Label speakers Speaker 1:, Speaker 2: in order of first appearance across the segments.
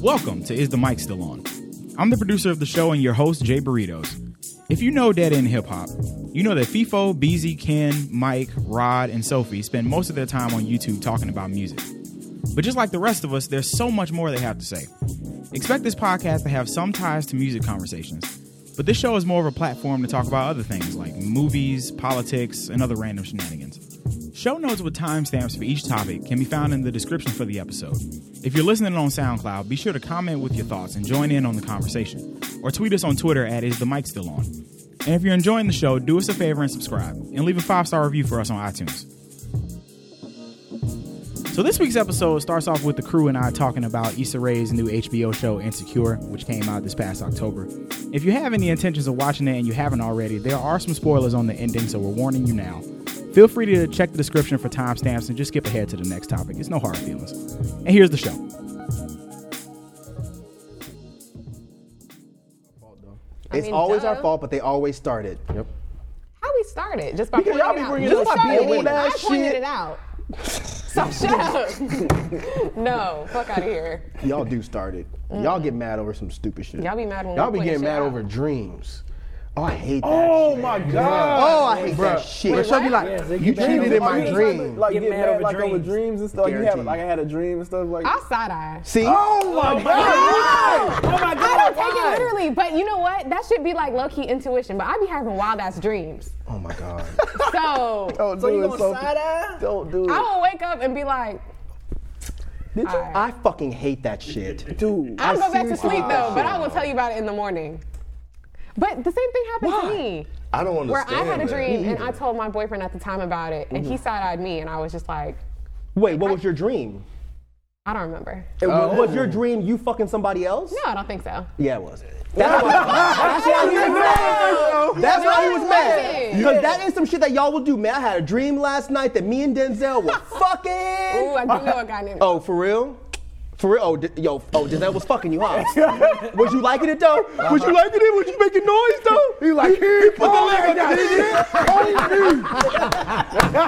Speaker 1: Welcome to Is the Mic Still On? I'm the producer of the show and your host, Jay Burritos. If you know Dead End Hip Hop, you know that FIFO, BZ, Ken, Mike, Rod, and Sophie spend most of their time on YouTube talking about music. But just like the rest of us, there's so much more they have to say. Expect this podcast to have some ties to music conversations, but this show is more of a platform to talk about other things like movies, politics, and other random shenanigans. Show notes with timestamps for each topic can be found in the description for the episode. If you're listening on SoundCloud, be sure to comment with your thoughts and join in on the conversation. Or tweet us on Twitter at Is the Mic Still On. And if you're enjoying the show, do us a favor and subscribe, and leave a five star review for us on iTunes. So this week's episode starts off with the crew and I talking about Issa Rae's new HBO show Insecure, which came out this past October. If you have any intentions of watching it and you haven't already, there are some spoilers on the ending, so we're warning you now. Feel free to check the description for timestamps and just skip ahead to the next topic. It's no hard feelings. And here's the show.
Speaker 2: It's
Speaker 3: mean,
Speaker 2: always
Speaker 3: duh.
Speaker 2: our fault, but they always started. Yep.
Speaker 3: How we started? Just by
Speaker 2: Because y'all
Speaker 3: pointing
Speaker 2: be
Speaker 3: out.
Speaker 2: bringing
Speaker 3: You
Speaker 2: up
Speaker 3: started
Speaker 2: being
Speaker 3: it.
Speaker 2: weird
Speaker 3: I
Speaker 2: ass
Speaker 3: pointed
Speaker 2: shit.
Speaker 3: it out. So shut up. no, fuck out of here.
Speaker 2: Y'all do start it. Y'all get mad over some stupid shit.
Speaker 3: Y'all be mad when
Speaker 2: Y'all be
Speaker 3: we point
Speaker 2: getting
Speaker 3: shit
Speaker 2: mad
Speaker 3: out.
Speaker 2: over dreams. Oh, I hate that.
Speaker 4: Oh
Speaker 2: shit.
Speaker 4: my god.
Speaker 2: Oh, I hate that shit.
Speaker 4: But she'll be
Speaker 3: what?
Speaker 4: like,
Speaker 2: Yes, they
Speaker 4: you
Speaker 2: get
Speaker 4: cheated
Speaker 2: mad
Speaker 4: in
Speaker 2: over
Speaker 4: my
Speaker 2: dreams.
Speaker 4: dream.
Speaker 5: like get,
Speaker 4: Get
Speaker 5: mad, like over dreams and stuff. Like, you have,
Speaker 2: Guaranteed.
Speaker 5: like I had a dream and stuff. Like,
Speaker 3: I'll side eye.
Speaker 2: See?
Speaker 4: oh my god. Oh my
Speaker 3: I
Speaker 4: god.
Speaker 3: don't take
Speaker 4: why?
Speaker 3: it literally, but you know what? That should be like low key intuition. But I be having wild ass dreams.
Speaker 2: Oh my god.
Speaker 3: So
Speaker 6: Oh,
Speaker 4: Don't
Speaker 5: so you
Speaker 4: do it,
Speaker 5: gonna
Speaker 4: Sophie.
Speaker 5: side eye?
Speaker 4: Don't do
Speaker 3: I
Speaker 4: it.
Speaker 3: will wake up and be like,
Speaker 4: Did you?
Speaker 3: right.
Speaker 2: I fucking hate that shit.
Speaker 4: Dude.
Speaker 3: I'll
Speaker 4: I
Speaker 3: go back to
Speaker 4: seriously-
Speaker 3: sleep though. But I will tell you about it in the morning. But the same thing happened to me.
Speaker 7: I don't
Speaker 3: Where
Speaker 7: understand.
Speaker 3: I had a
Speaker 7: that.
Speaker 3: dream and I told my boyfriend at the time about it, and he side eyed me, and I was just like,
Speaker 6: Wait, what was your dream?
Speaker 3: I don't remember.
Speaker 6: It
Speaker 2: Uh,
Speaker 6: was, was your dream you fucking somebody else?
Speaker 3: No, I don't think so.
Speaker 2: Yeah, it was.
Speaker 6: That's why, that's why he was mad. That's why he was mad.
Speaker 3: No,
Speaker 6: Because that is some shit that y'all will do, man. I had a dream last night that me and Denzel were fucking.
Speaker 3: Ooh, I do know a guy named.
Speaker 6: Oh, for real? For real? Oh, d- yo, oh, Denzel was fucking you, huh? was you liking it though? Was you liking it? Was you making noise though? He like, oh he put the leg up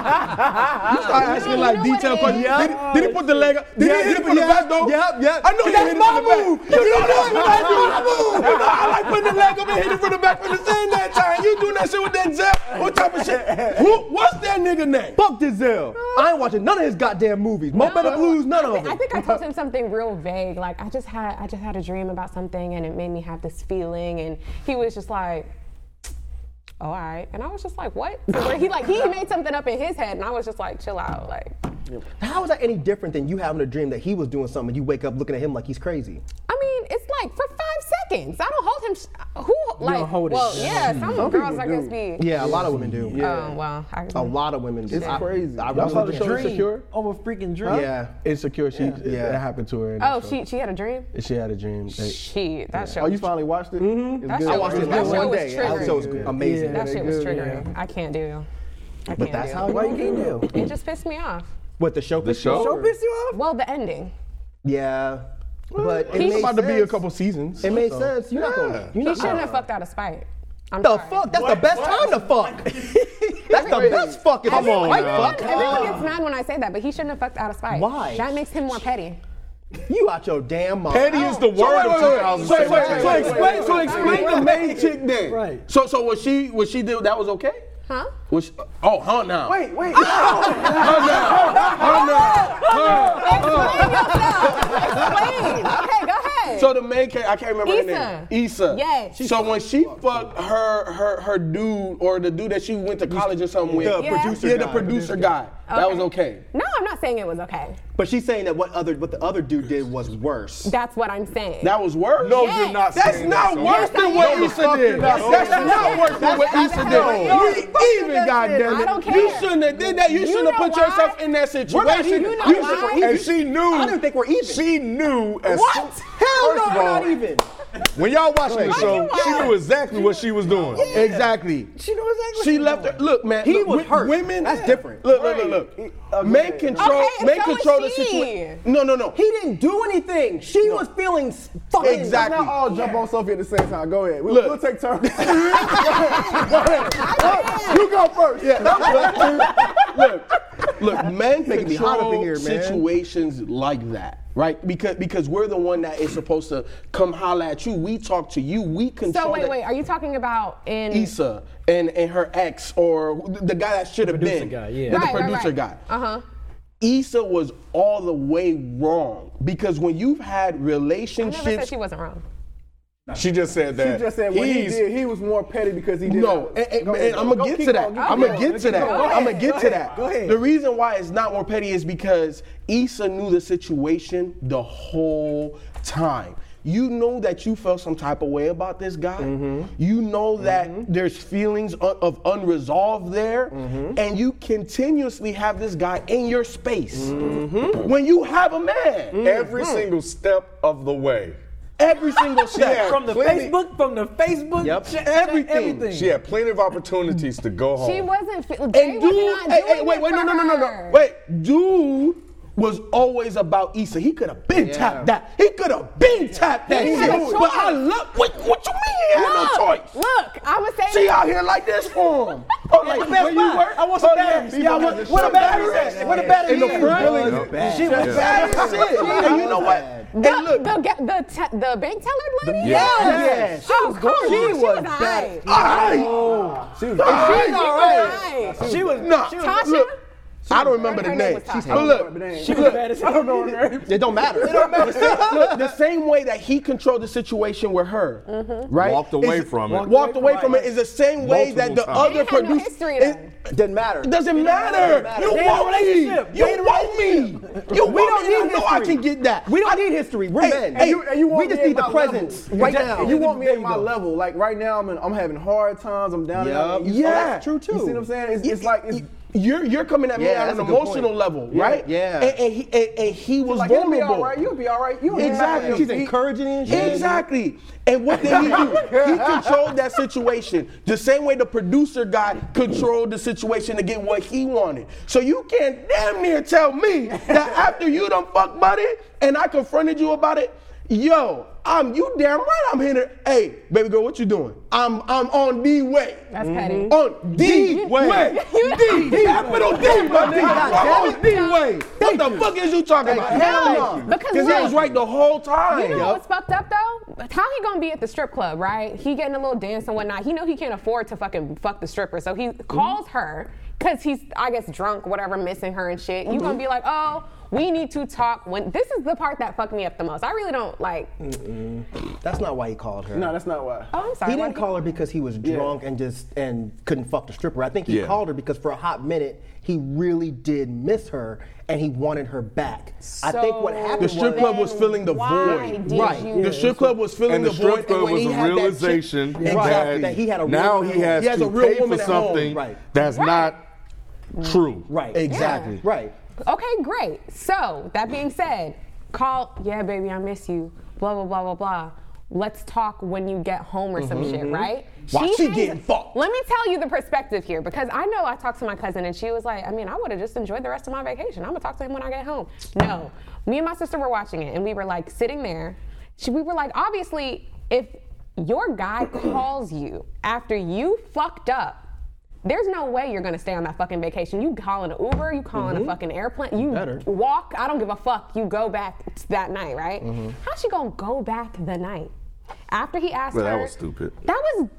Speaker 2: Start asking
Speaker 3: you
Speaker 2: like
Speaker 3: know what
Speaker 2: detailed
Speaker 3: it
Speaker 2: questions.
Speaker 3: is?
Speaker 2: Did, he- did he put the leg up? Did he hit him from the back though?
Speaker 6: Yep, yep.
Speaker 2: I know that's my move. You know that's what I do.
Speaker 6: I
Speaker 2: You know, I like putting the leg up and hitting from the back for the same that time. You doing that shit with that zap? What type of shit? Who, what's that nigga name?
Speaker 6: Fuck Denzel. I ain't watching none of his goddamn movies. Mo Better Blues, none
Speaker 3: I
Speaker 6: of
Speaker 3: think,
Speaker 6: them.
Speaker 3: I think I told him something real vague. Like I just had I just had a dream about something and it made me have this feeling and he was just like Oh, all right. And I was just like, what? So where he like he made something up in his head and I was just like, chill out. Like
Speaker 6: How is that any different than you having a dream that he was doing something and you wake up looking at him like he's crazy?
Speaker 3: I mean, it's like for five seconds. I don't hold him sh- who like
Speaker 4: hold it.
Speaker 3: well, yeah, some girls I guess be
Speaker 6: Yeah, a lot of women do.
Speaker 3: Oh, well, I,
Speaker 6: A lot of women do.
Speaker 4: It's
Speaker 6: I-
Speaker 4: crazy.
Speaker 6: I,
Speaker 4: Y'all
Speaker 6: really
Speaker 4: saw the
Speaker 6: do.
Speaker 4: show Insecure?
Speaker 5: Over freaking dreams.
Speaker 6: Yeah.
Speaker 4: Insecure. She.
Speaker 6: Yeah.
Speaker 4: That happened to her. in the
Speaker 3: Oh,
Speaker 4: show.
Speaker 3: she she had a dream?
Speaker 4: She had a dream. They-
Speaker 3: Shit, that show
Speaker 4: Oh, you finally watched it? Mm-hmm.
Speaker 3: That show was- that show was triggering.
Speaker 6: That was amazing.
Speaker 3: that shit was triggering. I can't do. I can't
Speaker 6: But that's
Speaker 3: do.
Speaker 6: how
Speaker 4: Why you getting there?
Speaker 3: it just pissed me off.
Speaker 6: What the show?
Speaker 7: The show?
Speaker 6: Show
Speaker 4: Piss you off?
Speaker 3: Well, the ending.
Speaker 6: Yeah. But it
Speaker 4: It's
Speaker 6: made
Speaker 4: about to be a
Speaker 6: sense.
Speaker 4: couple seasons.
Speaker 6: It made
Speaker 4: so.
Speaker 6: sense. You're not gonna. You're
Speaker 3: He
Speaker 6: not
Speaker 3: shouldn't
Speaker 6: gonna.
Speaker 3: have fucked out of spite. I'm
Speaker 6: The
Speaker 3: sorry.
Speaker 6: fuck? That's the best time to fuck. That's the best fuck. If I'm
Speaker 3: Everyone,
Speaker 6: on.
Speaker 3: everyone,
Speaker 6: Fuck.
Speaker 3: everyone gets mad when I say that, but he shouldn't have fucked out of spite.
Speaker 6: Why?
Speaker 3: That makes him more petty.
Speaker 6: You out your damn mind.
Speaker 7: Petty
Speaker 3: Oh.
Speaker 7: is the word of
Speaker 4: So, wait,
Speaker 7: 2006.
Speaker 4: wait, so explain, so explain the main.
Speaker 5: chick then. Right.
Speaker 7: So, so was she? Was she? Did, that was okay?
Speaker 3: Huh?
Speaker 7: Was she, oh, huh? Now.
Speaker 4: Wait, wait.
Speaker 3: Explain yourself. Explain. Okay, go ahead.
Speaker 7: So the main character, I can't remember
Speaker 3: Issa.
Speaker 7: her name. Issa.
Speaker 3: Yes.
Speaker 7: So when she fucked her her her dude or the dude that she went to college or something with,
Speaker 3: Yeah. producer
Speaker 7: yeah, the
Speaker 6: guy.
Speaker 7: producer guy. That was okay.
Speaker 3: No, I'm not saying it was okay.
Speaker 6: But she's saying that what other what the other dude did was worse.
Speaker 3: That's what I'm saying.
Speaker 7: That was worse.
Speaker 3: No, Yes. you're not
Speaker 7: That's
Speaker 3: saying
Speaker 7: not
Speaker 3: that,
Speaker 7: worse
Speaker 3: Sophie.
Speaker 7: than what
Speaker 3: No, the
Speaker 7: Issa did.
Speaker 3: fuck you're not.
Speaker 7: That's not worse than what
Speaker 3: That's-
Speaker 7: Issa
Speaker 3: that's not worse.
Speaker 7: did. We even,
Speaker 3: I
Speaker 7: goddamn
Speaker 3: don't
Speaker 7: it.
Speaker 3: care.
Speaker 7: You shouldn't have did that. You
Speaker 3: You
Speaker 7: shouldn't have
Speaker 3: know
Speaker 7: put yourself
Speaker 3: why?
Speaker 7: in that
Speaker 6: We're not
Speaker 7: situation.
Speaker 6: even- you know
Speaker 7: You
Speaker 3: why?
Speaker 7: should-
Speaker 6: even.
Speaker 8: And she knew.
Speaker 6: I didn't think we're even.
Speaker 8: She knew. As
Speaker 6: What?
Speaker 8: soon-
Speaker 6: Hell
Speaker 8: First
Speaker 6: no,
Speaker 8: of
Speaker 6: we're
Speaker 8: all,
Speaker 6: not even.
Speaker 8: When y'all watching the
Speaker 3: Are
Speaker 8: show,
Speaker 3: you
Speaker 8: she
Speaker 3: wild?
Speaker 8: knew exactly what she was doing.
Speaker 7: Exactly.
Speaker 6: She knows exactly.
Speaker 7: She left her. Look, man.
Speaker 6: He
Speaker 7: look,
Speaker 6: was
Speaker 7: wi-
Speaker 6: hurt.
Speaker 7: Women.
Speaker 6: That's different.
Speaker 7: Look, look, look,
Speaker 5: Right.
Speaker 7: look.
Speaker 5: Okay.
Speaker 7: Men control.
Speaker 3: Okay,
Speaker 7: men
Speaker 3: so is
Speaker 7: control the
Speaker 3: she.
Speaker 7: situation. No, no, no.
Speaker 6: He didn't do anything. She was feeling s- fucking.
Speaker 7: Exactly.
Speaker 5: Not all jump on Sophie at the same time. Go ahead. We,
Speaker 7: Look.
Speaker 5: We'll take turns. Go ahead. You go first.
Speaker 7: look, look, men
Speaker 6: making me hot up
Speaker 7: control
Speaker 6: in here, man.
Speaker 7: situations like that, right? Because because we're the one that is supposed to come holla at you. We talk to you. We control.
Speaker 3: so wait,
Speaker 7: that.
Speaker 3: wait. Are you talking about in?
Speaker 7: Issa and and her ex or who- the guy that should have
Speaker 4: producer
Speaker 7: been
Speaker 4: guy, yeah.
Speaker 7: the
Speaker 3: Right, right,
Speaker 7: producer
Speaker 3: right. Uh-huh.
Speaker 7: guy. Uh
Speaker 6: Uh-huh.
Speaker 7: huh. Issa was all the way wrong because when you've had
Speaker 3: I
Speaker 7: relationships,
Speaker 3: never said she wasn't wrong.
Speaker 8: She just said that.
Speaker 5: She just said what he
Speaker 8: he's-
Speaker 5: did, he was more petty because he did.
Speaker 7: No, and,
Speaker 5: Go ahead,
Speaker 7: I'm
Speaker 5: go.
Speaker 7: gonna get
Speaker 5: Keep
Speaker 7: to that.
Speaker 5: going, keep
Speaker 7: I'm gonna
Speaker 5: going.
Speaker 7: get to that.
Speaker 5: Go
Speaker 7: I'm gonna
Speaker 5: ahead,
Speaker 7: get
Speaker 5: go
Speaker 7: to
Speaker 5: ahead,
Speaker 7: that.
Speaker 5: Go ahead.
Speaker 7: The reason why it's not more petty is because Issa knew the situation the whole time. You know that you felt some type of way about this guy.
Speaker 5: Mm-hmm.
Speaker 7: You know that there's feelings un- of unresolved there,
Speaker 5: Mm-hmm.
Speaker 7: and you continuously have this guy in your space
Speaker 5: Mm-hmm.
Speaker 7: when you have a man
Speaker 8: every single step of the way.
Speaker 7: every single step.
Speaker 8: From
Speaker 4: From the
Speaker 8: Plenty.
Speaker 4: Facebook, from the Facebook,
Speaker 6: Yep.
Speaker 4: check- check
Speaker 7: Everything.
Speaker 4: everything.
Speaker 8: She had plenty of opportunities to go home.
Speaker 3: She wasn't. Fe-
Speaker 7: Oh. And
Speaker 3: Jay was
Speaker 7: dude,
Speaker 3: not
Speaker 7: hey,
Speaker 3: doing
Speaker 7: hey, wait,
Speaker 3: it
Speaker 7: wait, no,
Speaker 3: for
Speaker 7: no, no, no, no.
Speaker 3: her.
Speaker 7: Wait, dude was always about Issa. He could have been tapped that. He could have been tapped that
Speaker 3: He
Speaker 7: shit.
Speaker 3: had a
Speaker 7: But I
Speaker 3: choice.
Speaker 7: love. What, what you mean? He had no
Speaker 3: Look,
Speaker 7: choice.
Speaker 3: look, I was saying.
Speaker 7: She out here like this for him. Oh, like,
Speaker 6: Best
Speaker 7: where you
Speaker 6: Buy.
Speaker 7: work?
Speaker 6: I want some
Speaker 7: Oh, yeah.
Speaker 6: batteries.
Speaker 7: Yeah, I
Speaker 6: Because
Speaker 7: want-
Speaker 6: it's
Speaker 7: where the
Speaker 6: so
Speaker 7: batteries
Speaker 6: bad.
Speaker 7: at? Where the batteries
Speaker 6: In the front.
Speaker 7: She was
Speaker 6: Bad. Yeah.
Speaker 7: bad as shit.
Speaker 6: Yeah.
Speaker 7: And you know what?
Speaker 3: The,
Speaker 7: And look,
Speaker 3: the, ga- the, te- the bank teller lady?
Speaker 8: Yeah.
Speaker 6: Yeah. She
Speaker 3: Oh,
Speaker 6: was
Speaker 3: come
Speaker 6: going-
Speaker 3: on.
Speaker 6: she
Speaker 3: She
Speaker 6: was
Speaker 3: was
Speaker 6: bad.
Speaker 3: high.
Speaker 7: all right.
Speaker 5: She was
Speaker 7: All right.
Speaker 3: She was high.
Speaker 6: She was
Speaker 7: Nah,
Speaker 6: She
Speaker 3: Tasha?
Speaker 7: look, I don't remember
Speaker 3: Her
Speaker 7: the
Speaker 3: name
Speaker 7: name.
Speaker 3: was Tasha.
Speaker 7: But
Speaker 5: but
Speaker 7: look,
Speaker 5: it ain't-
Speaker 6: She was bad as I don't know her name. It don't matter.
Speaker 7: The same- look, the same way that he controlled the situation with her, right?
Speaker 8: Walked away
Speaker 7: is-
Speaker 8: from it.
Speaker 7: Walked away from it is the same way that the
Speaker 8: Multiple times.
Speaker 7: other
Speaker 3: They had no
Speaker 7: producer.
Speaker 3: history,
Speaker 7: it-
Speaker 6: Didn't matter.
Speaker 7: it doesn't matter.
Speaker 6: matter.
Speaker 7: You
Speaker 6: They in a
Speaker 7: want me.
Speaker 6: relationship.
Speaker 7: You
Speaker 6: They in a
Speaker 7: want me. You
Speaker 6: We
Speaker 7: want
Speaker 6: don't
Speaker 7: me. I
Speaker 6: need
Speaker 7: know I
Speaker 6: history.
Speaker 7: can get that.
Speaker 6: We don't need history. We're
Speaker 7: Hey,
Speaker 6: men.
Speaker 7: hey, you-
Speaker 5: and you
Speaker 6: we
Speaker 5: want
Speaker 6: just
Speaker 5: me at
Speaker 6: need
Speaker 5: my
Speaker 6: the presence
Speaker 5: level.
Speaker 6: right
Speaker 5: Exactly.
Speaker 6: now.
Speaker 5: You want me
Speaker 6: There
Speaker 5: at my
Speaker 6: go.
Speaker 5: level? Like right now, I'm, in, I'm having hard times. I'm down. and out,
Speaker 6: Yup.
Speaker 5: and you-
Speaker 7: Yeah.
Speaker 5: that's true too.
Speaker 6: You
Speaker 5: You see what I'm saying? It's, it's like it's,
Speaker 7: you're you're coming at me
Speaker 6: Yeah,
Speaker 7: at
Speaker 6: that's
Speaker 7: an
Speaker 6: a good
Speaker 7: emotional
Speaker 6: point.
Speaker 7: level,
Speaker 6: Yeah,
Speaker 7: right?
Speaker 6: yeah.
Speaker 7: And, and he and, and he was
Speaker 5: like you'll be
Speaker 7: vulnerable.
Speaker 5: all right. You'll be all right. You ain't
Speaker 7: Exactly.
Speaker 5: nothing.
Speaker 6: She's encouraging and shit.
Speaker 7: Exactly. And what did he do? He controlled that situation the same way the producer guy controlled the situation to get what he wanted. So you can't damn near tell me that after you done fuck buddy and I confronted you about it, yo, I'm you damn right I'm here. to- Hey, baby girl, what you doing? I'm I'm on the way. Mm-hmm.
Speaker 3: That's petty.
Speaker 7: On the way. D, capital D, my nigga. I'm on the way. What the fuck is you talking about? Hell no.
Speaker 3: Because
Speaker 7: Because he
Speaker 3: look,
Speaker 7: was right the whole
Speaker 3: You
Speaker 7: time.
Speaker 3: know what's fucked up though? How he gonna be at the strip club, right? He getting a little dance and whatnot. He know he can't afford to fucking fuck the stripper, so he
Speaker 7: Mm-hmm.
Speaker 3: calls her because he's, I guess, drunk, whatever, missing her and shit. You
Speaker 7: Mm-hmm.
Speaker 3: gonna be like, oh, we need to talk. When this is the part that fucked me up the most. I really don't like.
Speaker 7: Mm.
Speaker 6: That's not why he called her.
Speaker 5: No, that's not why.
Speaker 3: Oh, I'm sorry.
Speaker 6: he
Speaker 3: what
Speaker 6: didn't
Speaker 3: did
Speaker 6: call her because he was drunk and just and couldn't fuck the stripper. I think he
Speaker 8: Yeah.
Speaker 6: called her because for a hot minute he really did miss her and he wanted her back. I think what
Speaker 3: So
Speaker 6: happened
Speaker 7: The strip club
Speaker 6: was
Speaker 7: was filling the
Speaker 3: why
Speaker 7: void.
Speaker 3: did
Speaker 6: Right.
Speaker 3: you-
Speaker 7: The strip club was filling
Speaker 8: And the
Speaker 7: void.
Speaker 8: strip club
Speaker 6: when
Speaker 8: was
Speaker 6: he
Speaker 8: a
Speaker 6: had that chick-
Speaker 8: realization
Speaker 6: Yeah.
Speaker 8: that,
Speaker 6: Exactly, that he had a real
Speaker 8: now
Speaker 6: woman
Speaker 8: he
Speaker 6: at
Speaker 8: has
Speaker 6: home. He
Speaker 8: to
Speaker 6: has a
Speaker 7: real
Speaker 8: pay for
Speaker 7: woman at home.
Speaker 8: something
Speaker 6: Right.
Speaker 8: that's
Speaker 3: Right.
Speaker 8: not true.
Speaker 6: right. Exactly.
Speaker 3: Yeah.
Speaker 6: Right.
Speaker 3: Okay, great. So that being said, call. Yeah, baby, I miss you. Blah blah blah blah blah. Let's talk when you get home or some shit, right?
Speaker 7: Why she
Speaker 3: hangs-
Speaker 7: Mm-hmm. getting fucked?
Speaker 3: Let me tell you the perspective here because I know I talked to my cousin and she was like, I mean, I would have just enjoyed the rest of my vacation. I'm gonna talk to him when I get home. No, me and my sister were watching it and we were like sitting there. She, we were like, obviously, if your guy calls you after you fucked up. There's no way you're gonna stay on that fucking vacation. You calling an Uber, you calling a fucking airplane, you
Speaker 6: better.
Speaker 3: walk. I don't give a fuck. You go back t- that night, right? How's she gonna go back the night after he asked
Speaker 8: Well,
Speaker 3: her?
Speaker 8: that was stupid.
Speaker 3: That was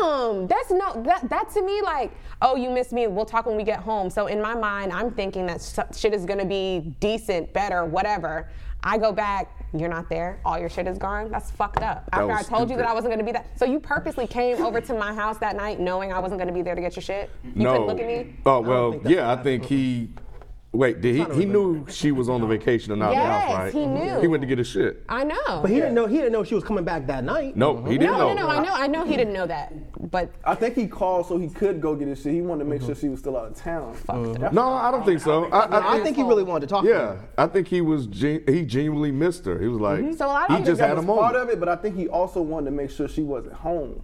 Speaker 3: dumb. That's no. That that to me like, oh, you miss me. We'll talk when we get home. So in my mind, I'm thinking that s- shit is gonna be decent, better, whatever. I go back. you're not there, all your shit is gone. That's fucked up.
Speaker 9: That
Speaker 3: After I
Speaker 9: was
Speaker 3: told you that
Speaker 9: stupid.
Speaker 3: I wasn't gonna be there, so you purposely came over to my house that night knowing I wasn't gonna be there to get your shit. You
Speaker 8: no.
Speaker 3: couldn't look at me.
Speaker 8: Oh well, yeah. I think he. Wait, did he? He knew she was on the vacation and not the
Speaker 3: Yes,
Speaker 8: house, right? Mm-hmm.
Speaker 3: he knew.
Speaker 8: He went to get his shit.
Speaker 3: I know.
Speaker 6: But he didn't know. He didn't know she was coming back that night.
Speaker 8: No, he didn't
Speaker 3: no,
Speaker 8: know.
Speaker 3: no, no, I know, I know he didn't know that. But
Speaker 4: I think he called so he could go get his shit. He wanted to make
Speaker 6: Mm-hmm.
Speaker 4: sure she was still out of town.
Speaker 8: No, I don't think so. I,
Speaker 6: No, I think he really wanted to talk to
Speaker 8: Yeah, I think he was. Gen- he genuinely missed her. He was like,
Speaker 3: Mm-hmm.
Speaker 8: he just
Speaker 4: that
Speaker 8: had a
Speaker 4: was
Speaker 8: moment.
Speaker 4: part of it, but I think he also wanted to make sure she wasn't home.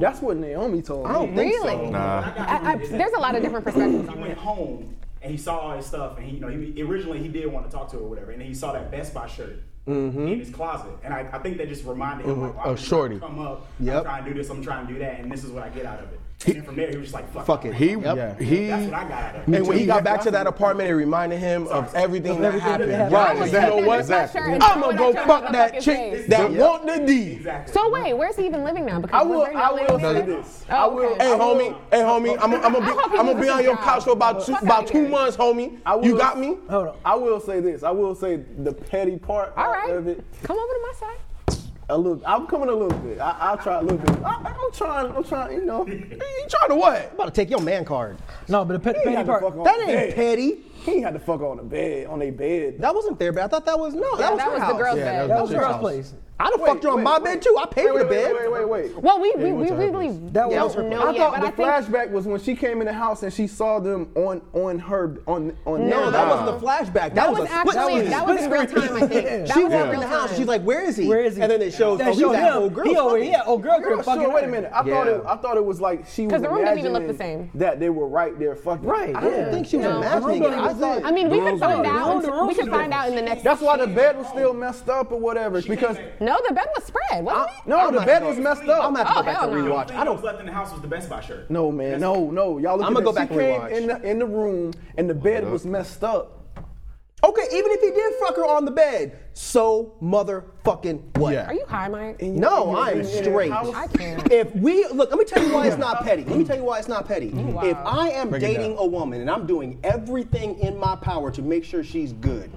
Speaker 4: That's what Naomi told me.
Speaker 3: I don't think so. Really?
Speaker 8: Nah.
Speaker 3: I, I, there's a lot of different perspectives.
Speaker 1: He went home and he saw all his stuff, and he, you know, he originally he did want to talk to her or whatever, and then he saw that Best Buy shirt in his closet, and I, I think that just reminded him like,
Speaker 6: Oh,
Speaker 1: wow,
Speaker 6: shorty.
Speaker 1: come up,
Speaker 6: Yep.
Speaker 1: I'm trying to do this, I'm trying to do that, and this is what I get out of it. And then from there, he was just like, fuck,
Speaker 6: Fuck it.
Speaker 8: He,
Speaker 6: Yep.
Speaker 8: he,
Speaker 1: that's what I got out of it.
Speaker 7: And when he got back to that apartment, it reminded him of everything that happened.
Speaker 8: Right,
Speaker 7: You know
Speaker 8: exactly,
Speaker 7: what?
Speaker 8: exactly.
Speaker 7: I'm gonna go fuck that
Speaker 3: Exactly.
Speaker 7: chick that want the D.
Speaker 3: So wait, where's he even living now? Because
Speaker 4: I will.
Speaker 3: was there
Speaker 4: I
Speaker 3: not
Speaker 4: will
Speaker 3: living
Speaker 4: say
Speaker 3: there?
Speaker 4: this.
Speaker 3: Oh,
Speaker 4: I will.
Speaker 3: okay.
Speaker 7: Hey homie, hey homie, I'm I'm gonna
Speaker 3: I hope
Speaker 7: be
Speaker 3: he
Speaker 7: I'm gonna
Speaker 3: loses
Speaker 7: be on
Speaker 3: his
Speaker 7: your
Speaker 3: job.
Speaker 7: couch for about two
Speaker 3: Fuck
Speaker 7: about
Speaker 3: outta
Speaker 7: two
Speaker 3: here.
Speaker 7: months, homie.
Speaker 4: I will,
Speaker 7: You got me?
Speaker 4: Hold on. I will say this. I will say the petty part
Speaker 3: All right,
Speaker 4: of it.
Speaker 3: come over to my side.
Speaker 4: A little. I'm coming a little bit. I, I'll try a little bit. I, I'm trying. I'm trying. You know.
Speaker 7: You trying to what?
Speaker 6: I'm about to take your man card.
Speaker 10: No, but the pet,
Speaker 4: He
Speaker 10: petty
Speaker 4: had to
Speaker 10: part.
Speaker 4: fuck on
Speaker 6: That
Speaker 4: the
Speaker 6: ain't
Speaker 4: bed.
Speaker 6: petty.
Speaker 4: He ain't had to fuck on the bed on their bed.
Speaker 6: That wasn't there, but I thought that was no.
Speaker 3: Yeah,
Speaker 6: that was,
Speaker 3: that
Speaker 6: her
Speaker 3: was the
Speaker 6: house.
Speaker 3: girl's Yeah, bed. that
Speaker 6: That
Speaker 10: was
Speaker 6: was
Speaker 10: the
Speaker 6: her
Speaker 10: girl's
Speaker 6: house.
Speaker 10: place.
Speaker 6: I'd have fucked her on
Speaker 4: wait,
Speaker 6: my
Speaker 4: wait.
Speaker 6: bed too. I paid
Speaker 4: Wait,
Speaker 6: for the
Speaker 4: wait,
Speaker 6: bed.
Speaker 4: wait, wait, wait, wait.
Speaker 3: Well, we we,
Speaker 6: went
Speaker 3: we
Speaker 6: to her
Speaker 3: really
Speaker 6: place.
Speaker 10: That was her
Speaker 3: don't
Speaker 10: place.
Speaker 3: know
Speaker 4: I
Speaker 3: yet,
Speaker 4: thought
Speaker 3: but
Speaker 4: the
Speaker 3: I think
Speaker 4: flashback was when she came in the house and she saw them on on her on on.
Speaker 6: No,
Speaker 4: their
Speaker 6: that
Speaker 4: bed.
Speaker 6: wasn't a flashback. That,
Speaker 3: that
Speaker 6: was,
Speaker 3: was
Speaker 6: a split
Speaker 3: actually
Speaker 6: screen.
Speaker 3: that was in real time. I think
Speaker 10: Yeah.
Speaker 3: that
Speaker 6: she
Speaker 3: was in
Speaker 6: walked in
Speaker 3: real
Speaker 6: the house.
Speaker 3: time.
Speaker 6: She's like, "Where is he?
Speaker 10: Where is he?
Speaker 6: And then it shows,
Speaker 10: That
Speaker 6: oh, he's
Speaker 10: showed
Speaker 6: that
Speaker 10: him.
Speaker 6: old girl.
Speaker 10: He over
Speaker 6: fucking.
Speaker 10: yeah, old girl
Speaker 4: Girl,
Speaker 10: girl
Speaker 4: sure,
Speaker 10: fucking.
Speaker 4: wait a
Speaker 10: her.
Speaker 4: minute. I thought
Speaker 6: Yeah.
Speaker 4: it. I thought it was like she was
Speaker 3: 'Cause the room didn't even look the
Speaker 4: imagining
Speaker 3: same.
Speaker 4: That they were right there fucking.
Speaker 6: Right. I
Speaker 4: Yeah.
Speaker 6: didn't think she was
Speaker 3: No.
Speaker 6: imagining it. I thought.
Speaker 3: I mean, we could
Speaker 8: Girls
Speaker 3: find
Speaker 8: are-
Speaker 10: Girls
Speaker 3: out.
Speaker 10: are-
Speaker 3: We could find out in the next.
Speaker 4: That's why the bed was still messed up or whatever. Because
Speaker 3: No, the bed was spread. Wasn't it?
Speaker 4: Uh, no, the
Speaker 6: not
Speaker 4: bed
Speaker 6: sure.
Speaker 4: was messed up.
Speaker 6: I'm gonna have to
Speaker 3: Oh,
Speaker 6: go back
Speaker 3: hell
Speaker 6: and
Speaker 3: no.
Speaker 6: rewatch. I don't.
Speaker 1: left in the house was the Best Buy shirt.
Speaker 4: No man, no, no. Y'all look
Speaker 6: I'ma
Speaker 4: at
Speaker 6: go
Speaker 4: this.
Speaker 6: back
Speaker 4: she
Speaker 6: and
Speaker 4: came
Speaker 6: rewatch.
Speaker 4: in the in the room and the bed was messed up.
Speaker 6: Okay, even if he did fuck her on the bed, so motherfucking what?
Speaker 3: Are you high, Mike?
Speaker 4: And you-
Speaker 6: No,
Speaker 4: you-
Speaker 6: I
Speaker 4: you-
Speaker 6: am
Speaker 4: you- you-
Speaker 6: straight.
Speaker 4: how-
Speaker 3: I can't.
Speaker 6: If we look, let me tell you why it's not petty. Let me tell you why it's not petty. If I am dating a woman and I'm doing everything in my power to make sure she's good,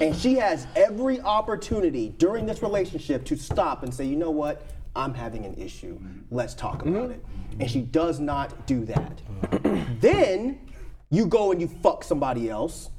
Speaker 6: and she has every opportunity during this relationship to stop and say, you know what, I'm having an issue. Let's talk about it. And she does not do that. then you go and you fuck somebody else.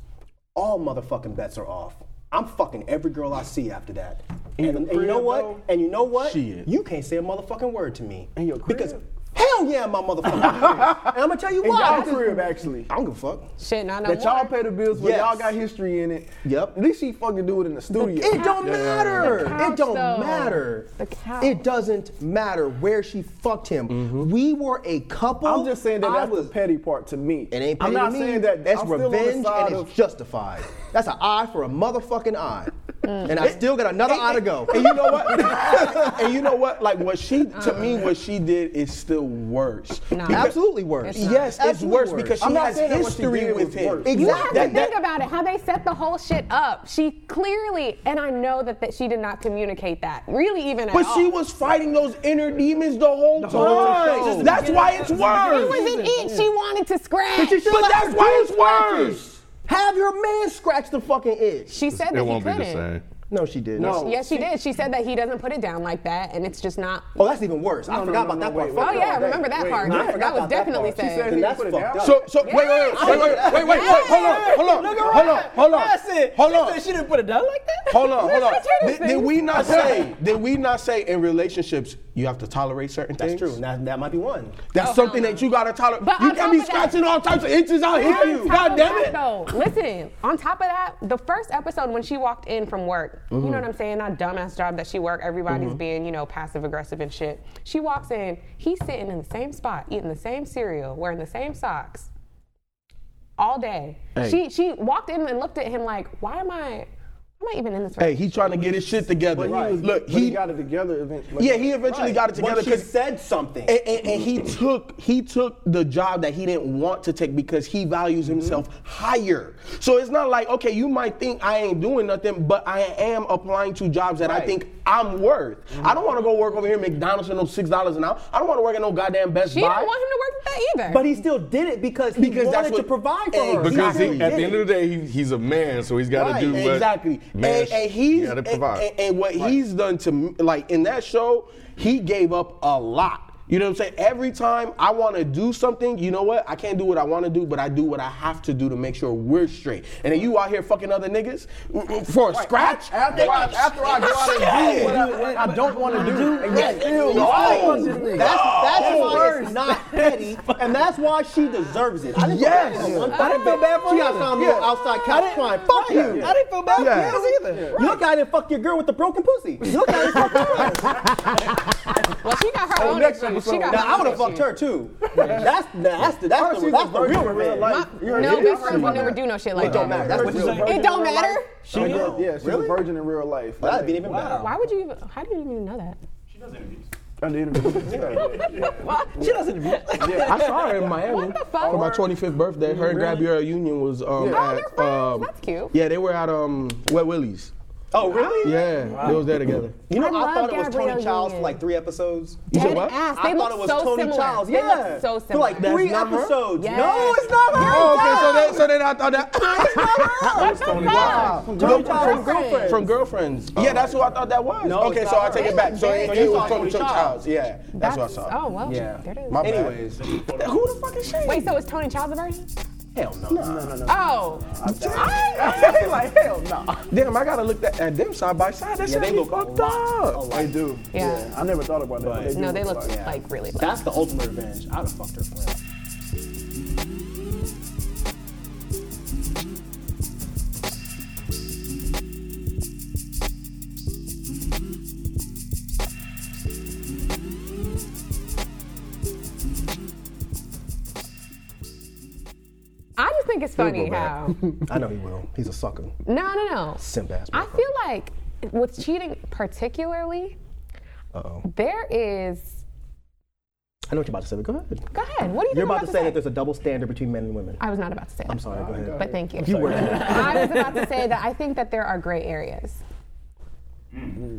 Speaker 6: All motherfucking bets are off. I'm fucking every girl I see after that. And, and you know what? And you know what? You can't say a motherfucking word to me.
Speaker 4: In your crib?
Speaker 6: Because hell yeah, my motherfucking crib. And I'm gonna tell you
Speaker 4: In
Speaker 6: why.
Speaker 4: y'all crib, actually.
Speaker 6: I don't give a fuck.
Speaker 3: Shit, not no
Speaker 4: That y'all
Speaker 3: more.
Speaker 4: pay the bills, but
Speaker 6: Yes.
Speaker 4: y'all got history in it.
Speaker 6: Yep.
Speaker 4: At least she fucking do it in the studio.
Speaker 6: It don't
Speaker 3: couch-
Speaker 6: matter.
Speaker 3: the couch,
Speaker 6: it don't
Speaker 3: though.
Speaker 6: matter.
Speaker 3: The couch.
Speaker 6: It doesn't matter where she fucked him. We were a couple.
Speaker 4: I'm just saying that
Speaker 6: I
Speaker 4: that's
Speaker 6: was-
Speaker 4: the petty part to me.
Speaker 6: It ain't petty
Speaker 4: I'm not
Speaker 6: to me.
Speaker 4: saying that
Speaker 6: that's
Speaker 4: I'm still on the
Speaker 6: revenge
Speaker 4: side
Speaker 6: and
Speaker 4: of-
Speaker 6: it's justified. That's an eye for a motherfucking eye. And I still got another eye to go. And you know what?
Speaker 7: and you know what? Like what she to me, what she did is still worse.
Speaker 3: No.
Speaker 6: Absolutely worse.
Speaker 3: It's not.
Speaker 7: Yes, it's
Speaker 6: Absolutely
Speaker 7: worse because
Speaker 6: I'm
Speaker 7: she
Speaker 6: not
Speaker 7: has
Speaker 6: saying that
Speaker 4: what she
Speaker 7: history
Speaker 4: did
Speaker 7: with
Speaker 4: was
Speaker 7: him.
Speaker 4: worse.
Speaker 3: You have
Speaker 6: Exactly.
Speaker 3: to think about it. How they set the whole shit up. She clearly, and I know that, that she did not communicate that. Really, even at
Speaker 7: But
Speaker 3: all.
Speaker 6: Oh.
Speaker 7: she was fighting those inner demons the whole
Speaker 4: whole
Speaker 7: time.
Speaker 4: time.
Speaker 7: That's why it's
Speaker 3: She
Speaker 7: worse.
Speaker 3: wasn't it. She wanted to scratch.
Speaker 6: you should
Speaker 7: But
Speaker 6: let
Speaker 7: that's
Speaker 6: her
Speaker 7: why
Speaker 6: do
Speaker 7: it's
Speaker 6: scratches.
Speaker 7: worse.
Speaker 6: Have your man scratch the fucking itch.
Speaker 3: She said that
Speaker 8: It
Speaker 3: he
Speaker 8: won't be
Speaker 3: couldn't.
Speaker 8: the same.
Speaker 6: No, she didn't.
Speaker 4: No.
Speaker 3: Yes, she did. She said that he doesn't put it down like that, and it's just not.
Speaker 6: Oh, that's even worse. I
Speaker 4: no,
Speaker 6: forgot
Speaker 4: no,
Speaker 6: about
Speaker 4: no,
Speaker 6: that
Speaker 4: wait,
Speaker 6: part.
Speaker 4: wait,
Speaker 3: Oh
Speaker 6: Fuck
Speaker 3: yeah,
Speaker 6: all
Speaker 3: I
Speaker 6: day.
Speaker 3: remember that
Speaker 4: Wait,
Speaker 3: part.
Speaker 6: I
Speaker 3: No,
Speaker 6: forgot
Speaker 3: that was
Speaker 6: about that
Speaker 3: definitely
Speaker 6: part. She
Speaker 3: said.
Speaker 4: said
Speaker 6: Then
Speaker 4: he
Speaker 6: that's
Speaker 4: put it
Speaker 6: fucked
Speaker 4: down.
Speaker 6: up.
Speaker 7: So, so wait, wait, wait, wait, wait, wait, wait, hold on, hold on, hold on, hold on, hold on,
Speaker 10: That's it.
Speaker 7: hold
Speaker 10: She
Speaker 7: on.
Speaker 10: said She didn't put it down like that.
Speaker 7: Hold on, hold on.
Speaker 3: Let's hear this
Speaker 7: Did, did
Speaker 3: thing.
Speaker 7: we not say? Did we not say in relationships you have to tolerate certain
Speaker 6: That's
Speaker 7: things?
Speaker 6: true. and That, that might be one. Uh-huh.
Speaker 7: That's
Speaker 3: Oh,
Speaker 7: something
Speaker 3: hell no.
Speaker 7: that you gotta tolerate.
Speaker 3: But
Speaker 7: you
Speaker 3: on
Speaker 7: can't
Speaker 3: top
Speaker 7: be
Speaker 3: of that-
Speaker 7: scratching all types of inches out hit
Speaker 3: On
Speaker 7: you.
Speaker 3: top
Speaker 7: God
Speaker 3: of
Speaker 7: damn
Speaker 3: that,
Speaker 7: it.
Speaker 3: Though, listen, on top of that, the first episode when she walked in from work,
Speaker 7: Mm-hmm.
Speaker 3: you know what I'm saying? That dumbass job that she worked, everybody's being, you know, passive aggressive and shit. She walks in, he's sitting in the same spot, eating the same cereal, wearing the same socks all day. She she walked in and looked at him like, why am I why am I even in this
Speaker 7: Hey,
Speaker 3: room?
Speaker 7: he trying to get his shit together.
Speaker 4: But he was,
Speaker 7: Look,
Speaker 4: but he,
Speaker 7: he,
Speaker 4: got it together eventually.
Speaker 7: yeah, he eventually
Speaker 6: Right.
Speaker 7: got it together
Speaker 6: Once she
Speaker 7: 'cause-
Speaker 6: said something.
Speaker 7: And, and- and he took he took the job that he didn't want to take because he values
Speaker 4: Mm-hmm.
Speaker 7: himself higher. So it's not like okay, you might think I ain't doing nothing, but I am applying to jobs that I think I'm worth. I
Speaker 4: Mm-hmm.
Speaker 7: don't want to go work over here at McDonald's for no six dollars an hour. I don't want to work at no goddamn Best
Speaker 3: She
Speaker 7: Buy.
Speaker 3: didn't want him to work with that either.
Speaker 6: But he still did it because he
Speaker 7: Because that's
Speaker 6: wanted
Speaker 7: what-
Speaker 6: to provide for her.
Speaker 8: Because
Speaker 7: Exactly.
Speaker 8: he, at the end of the day, he, he's a man, so he's got to
Speaker 6: Right,
Speaker 8: do what
Speaker 7: exactly.
Speaker 8: Man,
Speaker 7: and, and he's
Speaker 8: you gotta provide.
Speaker 7: And, and what he's done to me, like in that show, he gave up a lot. You know what I'm saying? Every time I want to do something, you know what? I can't do what I want to do, but I do what I have to do to make sure we're straight. And then you out here fucking other niggas mm, mm, for a
Speaker 5: Right.
Speaker 7: scratch.
Speaker 5: After I- after I go out and do what I- what I don't wanna do, and yet still-
Speaker 7: no,
Speaker 5: That's-
Speaker 6: That's,
Speaker 7: no.
Speaker 6: that's
Speaker 5: No.
Speaker 6: why it's not petty, and that's why she deserves it. I didn't
Speaker 5: Yes.
Speaker 6: feel bad for
Speaker 5: I didn't feel bad for
Speaker 6: She
Speaker 5: her
Speaker 6: got
Speaker 5: either.
Speaker 6: some
Speaker 5: Yeah.
Speaker 6: little outside couch crying. Fuck
Speaker 5: right.
Speaker 6: you.
Speaker 5: I didn't feel bad for hers either.
Speaker 6: You look out and fuck your girl with the broken pussy. You look out and fuck her.
Speaker 3: well, she got her
Speaker 6: Oh,
Speaker 3: own
Speaker 6: next
Speaker 3: issues.
Speaker 6: episode.
Speaker 3: She got
Speaker 6: now,
Speaker 3: her
Speaker 6: I would
Speaker 3: own
Speaker 6: have fucked her too. That's that's the
Speaker 3: Her,
Speaker 6: that's the
Speaker 3: she's
Speaker 6: that's the
Speaker 3: a virgin
Speaker 6: real
Speaker 3: in real
Speaker 6: revenge.
Speaker 3: life. My- no, best friends would never do no shit like
Speaker 6: It don't
Speaker 3: that.
Speaker 6: matter. That's what
Speaker 3: Virgin
Speaker 6: you
Speaker 3: in real It don't life. matter?
Speaker 4: She
Speaker 6: Like,
Speaker 4: is. Yeah, she's
Speaker 6: really?
Speaker 4: a virgin in real life.
Speaker 6: Well, that'd be even better.
Speaker 3: Why would you even? How do you even know that?
Speaker 4: I need
Speaker 10: She doesn't.
Speaker 7: Yeah, I saw her in Miami
Speaker 3: What the fuck?
Speaker 7: for my 25th birthday. Her and Grab Your Union was um,
Speaker 3: Yeah. Oh,
Speaker 7: at
Speaker 3: they're friends.
Speaker 7: um,
Speaker 3: That's cute.
Speaker 7: Yeah, they were at um, Wet Willie's.
Speaker 6: Oh really?
Speaker 7: Yeah, they was there together.
Speaker 6: You know,
Speaker 3: I
Speaker 6: I,
Speaker 3: love
Speaker 6: thought it was
Speaker 3: Gabrielle
Speaker 6: Tony Childs
Speaker 3: Union.
Speaker 6: for like three episodes.
Speaker 7: You said what?
Speaker 3: ass. They
Speaker 6: I
Speaker 3: look
Speaker 6: thought it was
Speaker 3: so
Speaker 6: Tony
Speaker 3: similar.
Speaker 6: Childs.
Speaker 3: They look
Speaker 6: yeah,
Speaker 3: so
Speaker 6: For like
Speaker 3: similar.
Speaker 6: three
Speaker 3: That's not her?
Speaker 6: episodes.
Speaker 3: Yes.
Speaker 6: No, it's not her.
Speaker 7: Oh, okay, so
Speaker 6: Dad.
Speaker 7: then, so then I thought that.
Speaker 6: That's not her.
Speaker 7: Wow.
Speaker 6: From
Speaker 7: From,
Speaker 6: Girlfriends.
Speaker 7: girlfriends. From girlfriends.
Speaker 4: Oh,
Speaker 7: Yeah, that's who I thought that was.
Speaker 6: No,
Speaker 7: okay,
Speaker 6: it's
Speaker 7: so
Speaker 6: not
Speaker 7: I take
Speaker 6: her.
Speaker 7: it back. So
Speaker 6: It's
Speaker 7: it, it was
Speaker 6: Tony
Speaker 7: Tony Childs.
Speaker 6: Childs.
Speaker 7: Yeah, that's, what I
Speaker 3: That's-
Speaker 7: saw.
Speaker 3: Oh well.
Speaker 6: Yeah.
Speaker 3: There it is.
Speaker 7: My bad.
Speaker 6: Anyways,
Speaker 7: Who the fuck is she?
Speaker 3: Wait, so is Tony Childs a virgin?
Speaker 6: hell no. No, no, no. no.
Speaker 3: Oh.
Speaker 6: I ain't like hell no.
Speaker 7: Damn, I gotta look that, at them side by side. That
Speaker 6: Yeah,
Speaker 7: shit
Speaker 6: they
Speaker 7: be
Speaker 6: look
Speaker 7: fucked
Speaker 6: alike.
Speaker 7: up.
Speaker 4: I do.
Speaker 3: Yeah.
Speaker 4: I never thought about that. but
Speaker 6: Right.
Speaker 4: do
Speaker 3: No, they
Speaker 4: look
Speaker 3: look
Speaker 4: alike.
Speaker 3: like really. Like,
Speaker 6: That's the ultimate revenge. I'd have fucked her for that.
Speaker 3: I just think it's funny how.
Speaker 6: I know he will. He's a sucker.
Speaker 3: No, no, no.
Speaker 6: Simp ass
Speaker 3: I feel like with cheating, particularly,
Speaker 6: Uh oh.
Speaker 3: there is.
Speaker 6: I know what you're about to say, but go ahead.
Speaker 3: Go ahead. What do you think
Speaker 6: You're
Speaker 3: I'm
Speaker 6: about to say that there's a double standard between men and women.
Speaker 3: I was not about to say that.
Speaker 6: I'm sorry, go ahead.
Speaker 3: But thank you.
Speaker 6: You were.
Speaker 3: I was about to say that I think that there are gray areas.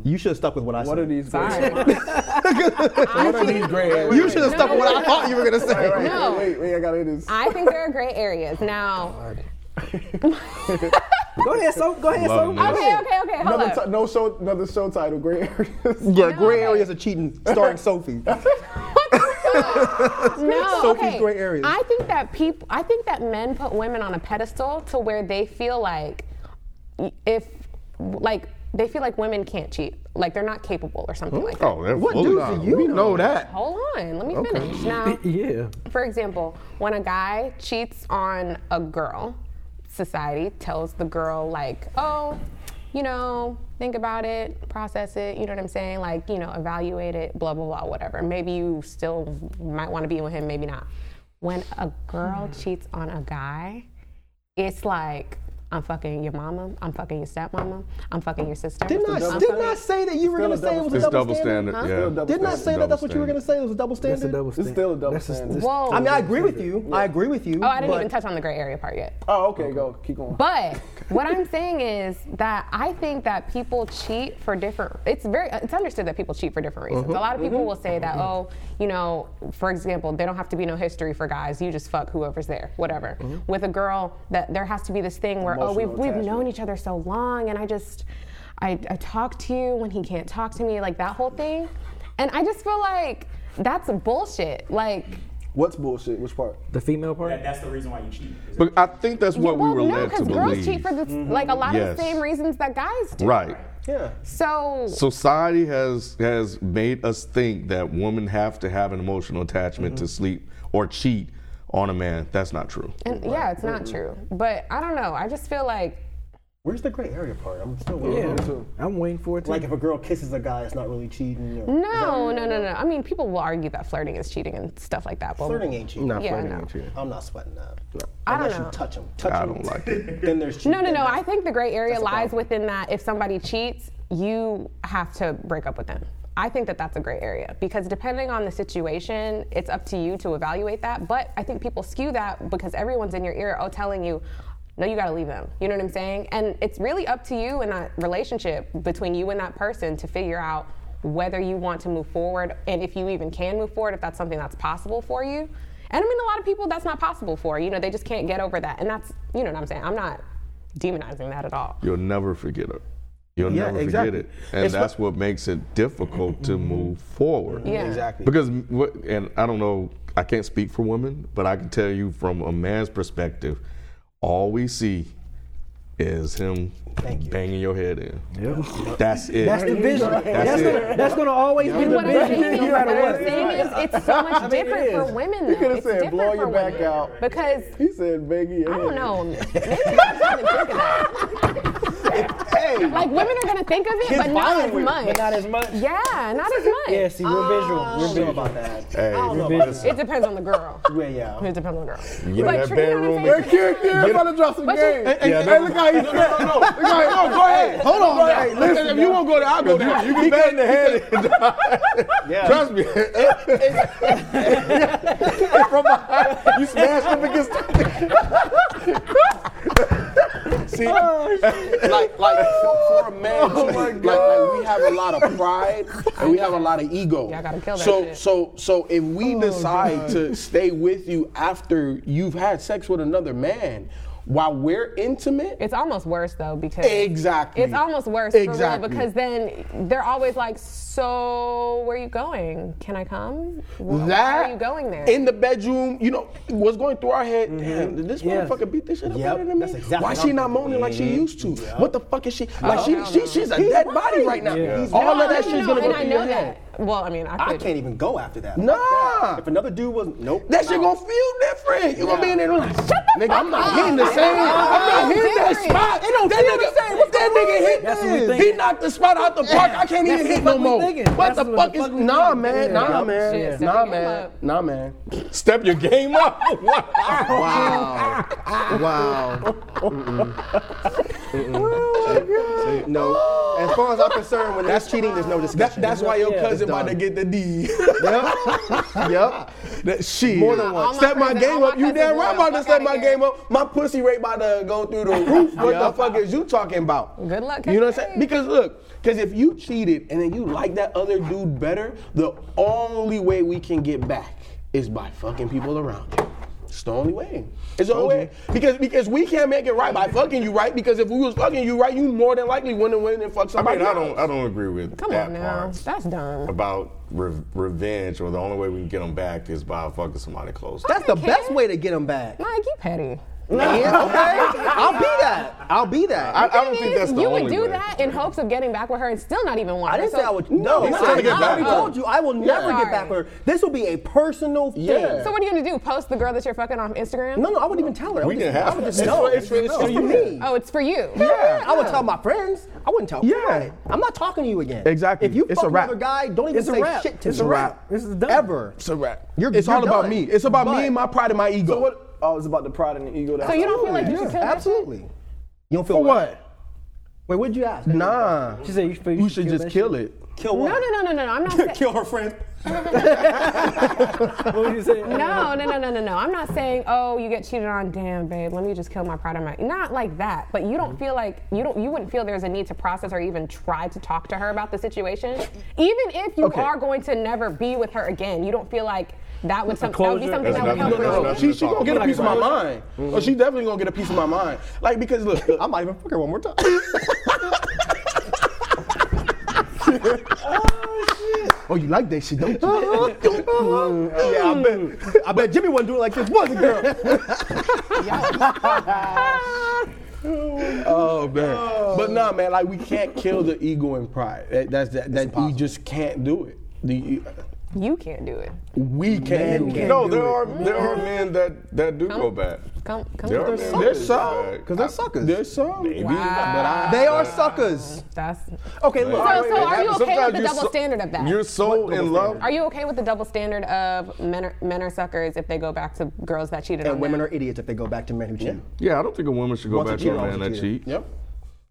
Speaker 6: You should have stuck with what I said.
Speaker 4: What are these?
Speaker 3: Sorry.
Speaker 7: What are these gray areas?
Speaker 6: You should have stuck with what I thought you were gonna say.
Speaker 4: Wait,
Speaker 3: No.
Speaker 4: wait, wait, I gotta hear this.
Speaker 3: I think there are gray areas. Now,
Speaker 5: Go ahead, so go ahead,
Speaker 6: Oh
Speaker 5: so.
Speaker 8: Loving
Speaker 3: okay, okay, okay, hold
Speaker 4: Another
Speaker 3: up.
Speaker 4: ti- no show, another show title. Great areas.
Speaker 6: Yeah, gray
Speaker 3: okay.
Speaker 6: areas are cheating, starring Sophie.
Speaker 3: no,
Speaker 6: Sophie's
Speaker 3: okay.
Speaker 6: gray areas.
Speaker 3: I think that people. I think that men put women on a pedestal to where they feel like if like they feel like women can't cheat, like they're not capable or something like that.
Speaker 8: Oh, that's
Speaker 6: What
Speaker 8: full
Speaker 6: dudes
Speaker 8: of
Speaker 6: do
Speaker 8: knowledge.
Speaker 6: you
Speaker 8: We
Speaker 6: know?
Speaker 8: know that.
Speaker 3: Hold on, let me finish. Now,
Speaker 10: Yeah.
Speaker 3: for example, when a guy cheats on a girl, society tells the girl like, "Oh, you know, think about it, process it, you know what I'm saying? Like, you know, evaluate it, blah blah blah, whatever. Maybe you still might want to be with him, maybe not." When a
Speaker 6: Hmm.
Speaker 3: girl cheats on a guy, it's like I'm fucking your mama, I'm fucking your stepmama, I'm fucking your sister.
Speaker 6: Didn't I,
Speaker 3: I'm
Speaker 6: didn't
Speaker 3: fucking-
Speaker 6: I say that you were
Speaker 4: Still
Speaker 6: gonna
Speaker 4: a
Speaker 6: say it was
Speaker 4: double
Speaker 6: a
Speaker 8: It's
Speaker 6: double,
Speaker 8: double
Speaker 6: standard?
Speaker 8: standard. Yeah.
Speaker 4: Huh?
Speaker 6: Didn't I
Speaker 8: It's
Speaker 6: say
Speaker 8: a
Speaker 6: that?
Speaker 8: double
Speaker 6: That's what you were gonna
Speaker 8: standard.
Speaker 6: say. It was a double standard.
Speaker 10: That's a double
Speaker 4: It's
Speaker 10: standard.
Speaker 4: still a double
Speaker 10: That's a-
Speaker 4: standard.
Speaker 3: Whoa.
Speaker 6: I mean, I agree with you. I agree with you.
Speaker 3: oh, I didn't
Speaker 6: but
Speaker 3: even touch on the gray area part yet.
Speaker 4: Oh, okay, go. Keep going.
Speaker 3: But what I'm saying is that I think that people cheat for different. It's very. It's understood that people cheat for different
Speaker 8: Mm-hmm.
Speaker 3: reasons. A lot of people will say that, oh, you know, for example, there don't have to be no history for guys. You just fuck whoever's there, whatever.
Speaker 8: Mm-hmm.
Speaker 3: With a girl, that there has to be this thing where, oh, we've
Speaker 4: Emotional
Speaker 3: we've known
Speaker 4: attachment.
Speaker 3: each other so long, and I just, I, I talk to you when he can't talk to me, like that whole thing, and I just feel like that's bullshit. Like,
Speaker 4: What's bullshit? Which part?
Speaker 10: The female part.
Speaker 9: that's the reason why you cheat.
Speaker 8: But I think that's what
Speaker 3: well,
Speaker 8: we were
Speaker 3: no,
Speaker 8: led to
Speaker 3: girls
Speaker 8: believe. Mm-hmm.
Speaker 3: cheat for the, like a lot of
Speaker 8: Yes.
Speaker 3: the same reasons that guys do.
Speaker 8: right.
Speaker 6: Yeah.
Speaker 3: So
Speaker 8: Society has has made us think that women have to have an emotional attachment
Speaker 3: Mm-hmm.
Speaker 8: to sleep or cheat on a man. That's not true.
Speaker 3: And yeah, it's not true. But I don't know. I just feel like
Speaker 6: Where's the gray area part? I'm still
Speaker 10: Yeah.
Speaker 6: waiting.
Speaker 10: I'm waiting for it to.
Speaker 6: Like if a girl kisses a guy, it's not really cheating. Or
Speaker 3: no, no, no, no. I mean, people will argue that flirting is cheating and stuff like that. But
Speaker 6: Flirting ain't cheating.
Speaker 7: Not
Speaker 3: Yeah,
Speaker 7: flirting
Speaker 3: no.
Speaker 7: with you.
Speaker 6: I'm not sweating that.
Speaker 3: I don't
Speaker 6: Unless
Speaker 3: know.
Speaker 6: you touch him. Touch
Speaker 8: I
Speaker 6: him.
Speaker 8: don't like it.
Speaker 6: Then there's cheating.
Speaker 3: no, no, no. I think the gray area
Speaker 6: That's a
Speaker 3: lies
Speaker 6: problem.
Speaker 3: within that. If somebody cheats, you have to break up with them. I think that that's a gray area because depending on the situation, it's up to you to evaluate that. But I think people skew that because everyone's in your ear, oh, telling you. No, you gotta leave them. You know what I'm saying? And it's really up to you in that relationship between you and that person to figure out whether you want to move forward and if you even can move forward, if that's something that's possible for you. And I mean, a lot of people that's not possible for. You know, they just can't get over that. And that's, you know what I'm saying? I'm not demonizing that at all.
Speaker 8: You'll never forget it. You'll
Speaker 3: Yeah,
Speaker 8: never
Speaker 3: exactly.
Speaker 8: forget it, and
Speaker 3: It's Mm-hmm.
Speaker 8: that's what makes it difficult to move forward.
Speaker 3: Yeah. Exactly.
Speaker 8: Because what, and I don't know, I can't speak for women, but I can tell you from a man's perspective, all we see is him banging your head in. That's it.
Speaker 5: That's the vision.
Speaker 8: That's,
Speaker 5: That's
Speaker 8: it.
Speaker 5: gonna- that's gonna always be
Speaker 3: And
Speaker 5: the
Speaker 3: what I'm
Speaker 5: vision,
Speaker 3: saying
Speaker 5: no
Speaker 3: is,
Speaker 5: matter
Speaker 3: what I'm
Speaker 5: what.
Speaker 3: saying is it's so much
Speaker 5: I mean, it
Speaker 3: different for
Speaker 5: is.
Speaker 3: women.
Speaker 5: You
Speaker 3: Though.
Speaker 5: could've
Speaker 3: it's
Speaker 5: said,
Speaker 3: different
Speaker 5: "Blow
Speaker 3: for
Speaker 5: your
Speaker 3: women.
Speaker 5: back out."
Speaker 3: because
Speaker 4: he said, "Baggy."
Speaker 3: I don't know. Maybe I'm trying to think of that. like women are gonna think of it,
Speaker 5: Kids
Speaker 3: but not
Speaker 5: violent
Speaker 3: as
Speaker 5: with it,
Speaker 3: much.
Speaker 5: but not as much.
Speaker 3: Yeah, not as much.
Speaker 5: Yeah, see, we're visual.
Speaker 3: Um,
Speaker 5: We're visual about that.
Speaker 8: Hey,
Speaker 5: I don't know about
Speaker 3: It depends on the girl.
Speaker 5: Yeah, yeah.
Speaker 3: It depends on the girl.
Speaker 8: You know that bedroom.
Speaker 3: They're
Speaker 4: cute,
Speaker 3: they're
Speaker 8: Get-
Speaker 4: about to drop some
Speaker 3: But
Speaker 4: games.
Speaker 3: you-
Speaker 4: Hey,
Speaker 8: Yeah,
Speaker 4: hey,
Speaker 8: no.
Speaker 4: hey, look how he
Speaker 7: No, no, no, no. Look how he- no, go ahead.
Speaker 4: Hold on,
Speaker 7: Go
Speaker 4: now.
Speaker 7: ahead.
Speaker 4: Listen,
Speaker 7: Listen, if you
Speaker 4: now.
Speaker 7: won't go there, I'll go there.
Speaker 8: You, you
Speaker 7: He
Speaker 8: can bang the head. Trust me. From behind, you smash him against.
Speaker 7: See,
Speaker 3: Oh,
Speaker 7: like, like for, for a man,
Speaker 8: Oh
Speaker 7: too, like, like we have a lot of pride and we have a lot of ego.
Speaker 3: Y'all gotta kill that
Speaker 7: so,
Speaker 3: shit.
Speaker 7: so, so if we
Speaker 8: Oh,
Speaker 7: decide to stay with you after you've had sex with another man, while we're intimate,
Speaker 3: It's almost worse though because
Speaker 7: Exactly.
Speaker 3: It's almost worse
Speaker 7: Exactly.
Speaker 3: for real because then they're always like, "So where you going? Can I come? Wh-
Speaker 7: that
Speaker 3: why are you going there?"
Speaker 7: in the bedroom, you know, was going through our head. Damn, did this
Speaker 5: Mm-hmm. Yes.
Speaker 7: motherfucker beat this shit up
Speaker 5: Yep,
Speaker 7: better than me?
Speaker 5: that's exactly
Speaker 7: Why
Speaker 5: what
Speaker 7: she
Speaker 5: I'm
Speaker 7: not
Speaker 5: thinking.
Speaker 7: moaning like she
Speaker 5: Mhm.
Speaker 7: used to?
Speaker 5: Yep.
Speaker 7: What the fuck is she? Like
Speaker 3: Oh,
Speaker 7: she,
Speaker 3: hell
Speaker 7: she
Speaker 3: no.
Speaker 7: she's a
Speaker 3: He's
Speaker 7: dead body right now.
Speaker 5: Yeah. He's
Speaker 7: All
Speaker 3: No,
Speaker 7: of that
Speaker 3: no,
Speaker 7: shit's
Speaker 3: no,
Speaker 7: gonna go
Speaker 3: and
Speaker 7: through
Speaker 3: I
Speaker 7: your
Speaker 3: know
Speaker 7: head.
Speaker 3: that. Well, I mean, I,
Speaker 6: I
Speaker 3: could-
Speaker 6: can't even go after that.
Speaker 7: Nah.
Speaker 6: If another dude was nope.
Speaker 7: That shit gonna feel different. You gonna be in there like, shut the nigga, I'm not
Speaker 3: up.
Speaker 7: hitting the
Speaker 3: It's
Speaker 7: same. I'm
Speaker 3: not
Speaker 7: not hitting that
Speaker 3: different.
Speaker 7: spot.
Speaker 5: It don't
Speaker 7: that
Speaker 5: feel
Speaker 7: nigga,
Speaker 5: the same. What's
Speaker 7: that
Speaker 5: going
Speaker 7: nigga
Speaker 5: on?
Speaker 7: hit
Speaker 5: That's what we
Speaker 7: this. He
Speaker 5: thinking.
Speaker 7: knocked the spot out the park. I can't
Speaker 5: That's what
Speaker 7: even
Speaker 5: the
Speaker 7: hit no
Speaker 5: fuck we
Speaker 7: more.
Speaker 5: thinking.
Speaker 7: What the
Speaker 5: That's what
Speaker 7: fuck
Speaker 5: the
Speaker 7: is
Speaker 5: fuck we
Speaker 7: nah
Speaker 5: thinking.
Speaker 7: man,
Speaker 5: Yeah.
Speaker 7: nah
Speaker 5: Yup.
Speaker 3: Shit,
Speaker 7: man,
Speaker 3: step
Speaker 7: nah
Speaker 3: your game
Speaker 7: man,
Speaker 3: up.
Speaker 7: nah man.
Speaker 8: Step your game up.
Speaker 4: Wow. wow. Mm-mm.
Speaker 5: Oh,
Speaker 4: Mm-mm. No. As far as I'm concerned, when that's cheating, there's no
Speaker 7: That,
Speaker 4: discussion.
Speaker 7: that's why your
Speaker 5: Yeah,
Speaker 7: cousin
Speaker 4: it's
Speaker 7: about to
Speaker 4: done.
Speaker 7: get the D.
Speaker 4: Yep. yep.
Speaker 7: that shit.
Speaker 4: More than
Speaker 3: all
Speaker 4: one.
Speaker 3: my
Speaker 7: Step my
Speaker 3: friends-
Speaker 7: game
Speaker 3: all
Speaker 7: up.
Speaker 3: my
Speaker 7: You damn
Speaker 3: cousins
Speaker 7: right I'm
Speaker 3: wanna
Speaker 7: about to
Speaker 3: fuck
Speaker 7: step
Speaker 3: outta
Speaker 7: my
Speaker 3: here.
Speaker 7: game up. My pussy rate about to go through the roof. What the
Speaker 4: Yup.
Speaker 7: fuck is you talking about?
Speaker 3: Good luck,
Speaker 7: You know what I'm
Speaker 3: hey.
Speaker 7: saying? Because look, because if you cheated and then you like that other dude better, the only way we can get back is by fucking people around you. It's the only way. It's the only way. Because because we can't make it right by fucking you right. Because if we was fucking you right, you more than likely wouldn't win and fuck
Speaker 8: I
Speaker 7: somebody
Speaker 8: mean, I
Speaker 7: else.
Speaker 8: don't, I don't agree with
Speaker 3: Come
Speaker 8: that
Speaker 3: on now,
Speaker 8: part
Speaker 3: that's dumb.
Speaker 8: about re- revenge, or the only way we can get them back is by fucking somebody close.
Speaker 5: That's
Speaker 3: That-
Speaker 5: the best way to get them back.
Speaker 3: Mike, you petty.
Speaker 5: Yeah, okay. I'll be that. I'll be that.
Speaker 8: I, I
Speaker 3: Thing
Speaker 8: don't think
Speaker 3: is,
Speaker 8: that's the
Speaker 3: you
Speaker 8: only
Speaker 3: would do
Speaker 8: way.
Speaker 3: that in hopes of getting back with her and still not even want
Speaker 5: I
Speaker 3: her.
Speaker 5: didn't
Speaker 3: So-
Speaker 5: say I would. No,
Speaker 8: he's
Speaker 5: I,
Speaker 8: trying to get
Speaker 5: I
Speaker 8: back.
Speaker 5: already told you I will never
Speaker 3: Sorry.
Speaker 5: get back with her. This will be a personal thing.
Speaker 7: Yeah.
Speaker 3: So what are you gonna do? Post the girl that you're fucking on Instagram?
Speaker 5: No, no, I wouldn't even tell her. I
Speaker 8: We
Speaker 5: would
Speaker 8: can
Speaker 5: just,
Speaker 8: have
Speaker 5: I would
Speaker 8: it.
Speaker 5: just
Speaker 8: It's
Speaker 5: know.
Speaker 8: for- it's for- it's
Speaker 5: No,
Speaker 8: for
Speaker 5: it's
Speaker 8: you.
Speaker 5: for me.
Speaker 3: Oh, it's for you.
Speaker 5: Yeah, I would tell my friends. I wouldn't tell.
Speaker 7: Yeah.
Speaker 5: Yeah, I'm not talking to you again.
Speaker 7: Exactly.
Speaker 5: If you
Speaker 7: It's
Speaker 5: fuck
Speaker 7: a wrap.
Speaker 5: another guy, don't even
Speaker 10: It's a
Speaker 5: say
Speaker 10: wrap.
Speaker 5: shit to
Speaker 10: It's
Speaker 5: me.
Speaker 10: a wrap. This is done.
Speaker 5: Ever.
Speaker 7: It's a wrap.
Speaker 5: You're-
Speaker 7: it's
Speaker 5: you're
Speaker 7: all about
Speaker 5: done.
Speaker 7: me. It's about me
Speaker 5: But-
Speaker 7: and my pride and my ego.
Speaker 4: So what? Oh, it's about the pride and the ego. That's
Speaker 3: So you don't
Speaker 4: all.
Speaker 3: feel like you
Speaker 5: Yeah,
Speaker 3: should tell that?
Speaker 5: absolutely. You don't feel
Speaker 7: For what?
Speaker 5: Wait, what'd you ask?
Speaker 7: Nah.
Speaker 10: She said you feel you
Speaker 7: You should just kill it.
Speaker 5: Kill
Speaker 3: No,
Speaker 5: what?
Speaker 3: no, no, no, no. I'm not. Saying,
Speaker 6: Kill her friend.
Speaker 10: What would you say?
Speaker 3: No, no, no, no, no, no. I'm not saying, oh, you get cheated on. Damn, babe, let me just kill my pride on my. Not like that. But you don't feel like you don't. You wouldn't feel there's a need to process or even try to talk to her about the situation, even if you
Speaker 7: Okay.
Speaker 3: are going to never be with her again. You don't feel like that would some, that would be
Speaker 10: closure.
Speaker 3: something
Speaker 8: That's
Speaker 3: that would help.
Speaker 8: nothing-
Speaker 7: No, no, no.
Speaker 3: resolve.
Speaker 7: She, she gonna get a piece of my
Speaker 10: Like,
Speaker 7: mind. Oh, she definitely gonna get a piece of my mind. Like because look,
Speaker 5: mm-hmm. I might even fuck her one more time.
Speaker 4: Oh, you like that shit, don't you?
Speaker 5: yeah, I bet. I bet Jimmy wouldn't do it like this, was it, girl?
Speaker 7: oh man. But nah, man. Like we can't kill the ego and pride. That, that's that. that we just can't do it. The,
Speaker 3: You can't do it.
Speaker 7: we can't. do it.
Speaker 8: No, there are there are men that that do go back.
Speaker 3: Come, come.
Speaker 8: There are
Speaker 3: through.
Speaker 8: men.
Speaker 7: There's
Speaker 8: that
Speaker 7: some,
Speaker 8: do go back.
Speaker 7: because
Speaker 4: They're suckers.
Speaker 7: There's some. Maybe,
Speaker 3: Wow.
Speaker 5: They are suckers.
Speaker 3: That's.
Speaker 5: Okay, look.
Speaker 3: So, so are you okay
Speaker 8: Sometimes
Speaker 3: with the
Speaker 8: you're
Speaker 3: double
Speaker 8: so-
Speaker 3: standard of that?
Speaker 8: You're so in love.
Speaker 3: Are you okay with the double standard of men are, men are suckers if they go back to girls that cheated on
Speaker 5: And women
Speaker 3: them?
Speaker 5: are idiots if they go back to men who cheat.
Speaker 8: Yeah, I don't think a woman should go
Speaker 5: Once a
Speaker 8: back to a
Speaker 5: cheater,
Speaker 8: man
Speaker 5: always a
Speaker 8: that
Speaker 5: cheater.
Speaker 8: cheat.
Speaker 7: Yep.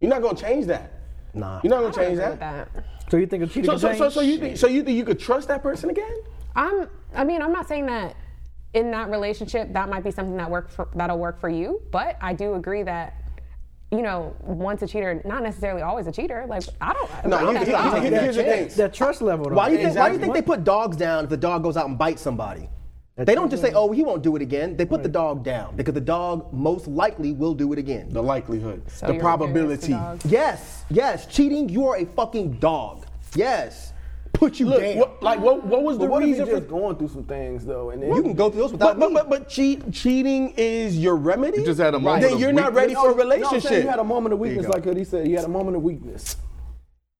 Speaker 7: You're not gonna change that.
Speaker 5: Nah.
Speaker 7: You're not
Speaker 3: I
Speaker 7: gonna change
Speaker 3: agree
Speaker 7: that.
Speaker 3: with that.
Speaker 10: So you think a cheater
Speaker 7: So,
Speaker 10: can
Speaker 7: so,
Speaker 10: change?
Speaker 7: so, so you think, so you think you could trust that person again?
Speaker 3: I'm. I mean, I'm not saying that in that relationship that might be something that work for, that'll work for you, but I do agree that. You know, once a cheater, not necessarily always a cheater. Like I don't.
Speaker 7: No,
Speaker 3: like,
Speaker 7: you-
Speaker 3: that's
Speaker 7: you-
Speaker 3: not-
Speaker 7: you-
Speaker 5: taking
Speaker 7: here's the
Speaker 5: that
Speaker 7: thing.
Speaker 5: chance.
Speaker 10: that trust level. Though.
Speaker 5: Why do you think? Why do
Speaker 7: Exactly.
Speaker 5: you think they put dogs down if the dog goes out and bites somebody?
Speaker 6: They don't just say, "Oh, he won't do it again." They put the dog down because the dog most likely will do it again. The likelihood,
Speaker 7: The you're probability. against the dog?
Speaker 6: Yes, yes. Cheating, you are a fucking dog. Yes, put you
Speaker 7: Look,
Speaker 6: down.
Speaker 7: what- like, what- what was
Speaker 4: But
Speaker 7: the
Speaker 4: what if you
Speaker 7: reason for-
Speaker 4: just going through some things though, and then
Speaker 6: You can go through those
Speaker 7: But,
Speaker 6: without
Speaker 7: but,
Speaker 6: me.
Speaker 7: but, but cheat, cheating is your remedy?
Speaker 8: You just had a moment
Speaker 7: Then
Speaker 8: of
Speaker 7: you're not
Speaker 8: weakness.
Speaker 7: ready for
Speaker 4: No,
Speaker 7: a
Speaker 4: no, I'm saying
Speaker 7: relationship.
Speaker 4: you had a moment of
Speaker 8: There you
Speaker 4: weakness,
Speaker 8: go.
Speaker 4: like Hoodie said. You had a moment of weakness.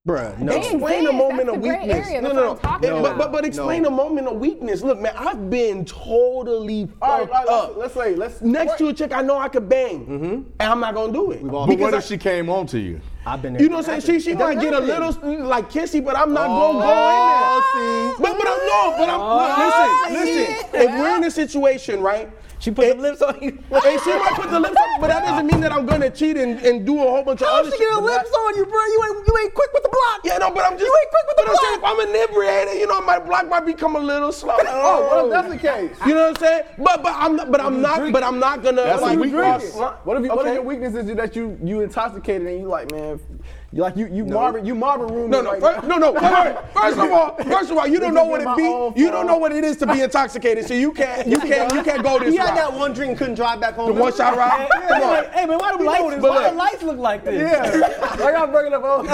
Speaker 6: Bruh,
Speaker 7: No.
Speaker 6: no.
Speaker 7: Explain a
Speaker 3: exist.
Speaker 7: moment
Speaker 3: That's
Speaker 7: of
Speaker 3: the gray
Speaker 7: weakness.
Speaker 3: area.
Speaker 7: No,
Speaker 3: That's
Speaker 7: no,
Speaker 3: what
Speaker 7: no.
Speaker 3: I'm talking
Speaker 7: But- But,
Speaker 3: about.
Speaker 7: but explain
Speaker 6: No.
Speaker 7: a moment of weakness. Look, man, I've been totally fucked
Speaker 4: All right, all right,
Speaker 7: up.
Speaker 4: let's- let's say- let's-
Speaker 7: next to a chick I know I could bang,
Speaker 8: Mm-hmm.
Speaker 7: and I'm not gonna do it.
Speaker 6: all
Speaker 8: But
Speaker 6: Because
Speaker 8: what
Speaker 6: I-
Speaker 8: if she came on to you?
Speaker 6: I've been there.
Speaker 7: You know what I'm saying? She, she
Speaker 6: It
Speaker 7: might
Speaker 6: doesn't
Speaker 7: get a
Speaker 6: happen.
Speaker 7: little mm, like kissy, but I'm not gonna
Speaker 8: Oh,
Speaker 7: go in there. But but I'm no, but I'm
Speaker 8: Oh,
Speaker 7: look, listen, listen.
Speaker 8: shit.
Speaker 7: If we're in a situation, right?
Speaker 5: She put
Speaker 7: and-
Speaker 5: the lips on you.
Speaker 7: And she might put the lips up, but that doesn't mean that I'm gonna cheat and, and do a whole bunch of
Speaker 5: How
Speaker 7: other
Speaker 5: she get her
Speaker 7: shit.
Speaker 5: lips on you, bro? You ain't you ain't quick with the block.
Speaker 7: Yeah, no, but I'm just. You ain't quick with the block. I'm saying if I'm inebriated, you know, my block might become a little slow.
Speaker 4: Oh, well, if that's the case.
Speaker 7: You know what I'm saying? But but I'm not, but I'm not but I'm not gonna.
Speaker 8: That's a
Speaker 7: like,
Speaker 8: weak
Speaker 7: cross-
Speaker 8: weakness.
Speaker 4: What if you, what if
Speaker 7: Okay.
Speaker 4: your weakness is that you you intoxicated and you like man, you like you you Marvin you Marvin room.
Speaker 7: No, no,
Speaker 4: right
Speaker 7: first,
Speaker 4: now.
Speaker 7: no, no. First, first of all, first of all, you don't
Speaker 4: This
Speaker 7: know
Speaker 4: is in
Speaker 7: what it
Speaker 4: my own
Speaker 7: be. You
Speaker 4: fault.
Speaker 7: don't know what it is to be intoxicated, so you can't, you can't, you can't go this
Speaker 6: You had
Speaker 7: route.
Speaker 6: that one drink, and couldn't drive back home.
Speaker 7: The one shot ride. Come on.
Speaker 5: Hey man, why the
Speaker 7: know
Speaker 5: lights?
Speaker 7: this,
Speaker 5: Why
Speaker 7: but
Speaker 5: the
Speaker 7: look.
Speaker 5: lights look like this?
Speaker 4: Yeah, like I'm bringing up old.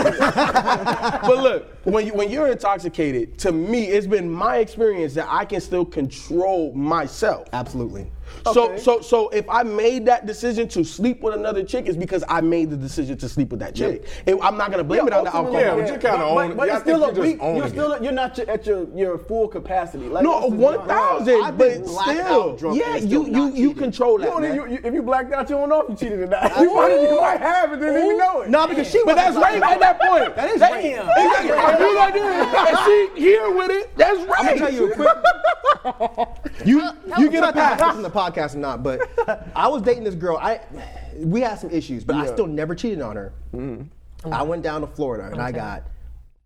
Speaker 7: But look, when you when you're intoxicated, to me, it's been my experience that I can still control myself.
Speaker 6: Absolutely.
Speaker 7: So so so if I made that decision to sleep with another chick, it's because I made the decision to sleep with that chick, and I'm not gonna blame it on the alcohol.
Speaker 4: Ultimately,
Speaker 8: Yeah, but you kinda
Speaker 4: but-
Speaker 8: own it.
Speaker 4: But, but
Speaker 8: Yeah, I
Speaker 4: it's still
Speaker 8: think
Speaker 4: a
Speaker 8: you just
Speaker 4: weak.
Speaker 8: own
Speaker 4: You're
Speaker 8: it.
Speaker 4: still you're not your- at your your full capacity. Like,
Speaker 7: No,
Speaker 4: this is
Speaker 7: one
Speaker 4: not-
Speaker 7: thousand,
Speaker 6: I've been
Speaker 7: but
Speaker 6: blacked
Speaker 7: still,
Speaker 6: out drunk
Speaker 7: yeah,
Speaker 6: and it's
Speaker 7: you
Speaker 6: still
Speaker 7: you
Speaker 6: not
Speaker 7: you
Speaker 6: cheating.
Speaker 7: control
Speaker 4: You
Speaker 7: that.
Speaker 4: don't
Speaker 7: man.
Speaker 4: even- you- you- if you blacked out, you don't know if you cheated or not. You might, you might have and didn't even know it.
Speaker 6: No, because she
Speaker 7: But that's
Speaker 6: wasn't
Speaker 7: rape
Speaker 6: blacked
Speaker 7: at that point.
Speaker 6: That is rape.
Speaker 7: Exactly. If you like this, and she here with it, that's rape.
Speaker 6: I'm gonna tell you a quick.
Speaker 7: You you get a
Speaker 6: not that
Speaker 7: pass.
Speaker 6: listen to the podcast or not, but I was dating this girl. I we had some issues, but I still never cheated on her. I went down to Florida and I got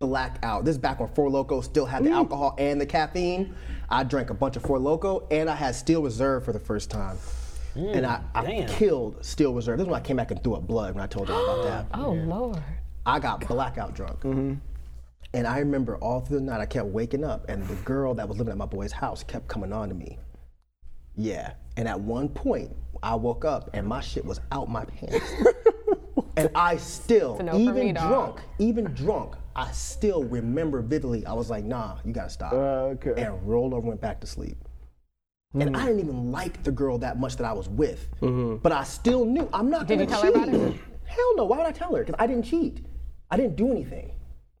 Speaker 6: blacked out. This is back when Four Loco still had the alcohol and the caffeine. I drank a bunch of Four Loco and I had Steel Reserve for the first time. and I, I
Speaker 5: damn.
Speaker 6: killed Steel Reserve. This is when I came back and threw up blood when I told y'all about that.
Speaker 3: Oh Lord.
Speaker 6: I got blackout drunk. And I remember all through the night, I kept waking up, and the girl that was living at my boy's house kept coming on to me. Yeah. And at one point, I woke up and my shit was out my pants. and I still,
Speaker 3: a no for
Speaker 6: even
Speaker 3: me, dog.
Speaker 6: drunk, even drunk, I still remember vividly. I was like, nah, you gotta stop.
Speaker 4: okay.
Speaker 6: And rolled over and went back to sleep.
Speaker 3: Mm-hmm.
Speaker 6: And I didn't even like the girl that much that I was with. But I still knew I'm not
Speaker 3: Did
Speaker 6: gonna
Speaker 3: you tell her
Speaker 6: cheat.
Speaker 3: about it?
Speaker 6: Hell no, why would I tell her? Because I didn't cheat. I didn't do anything.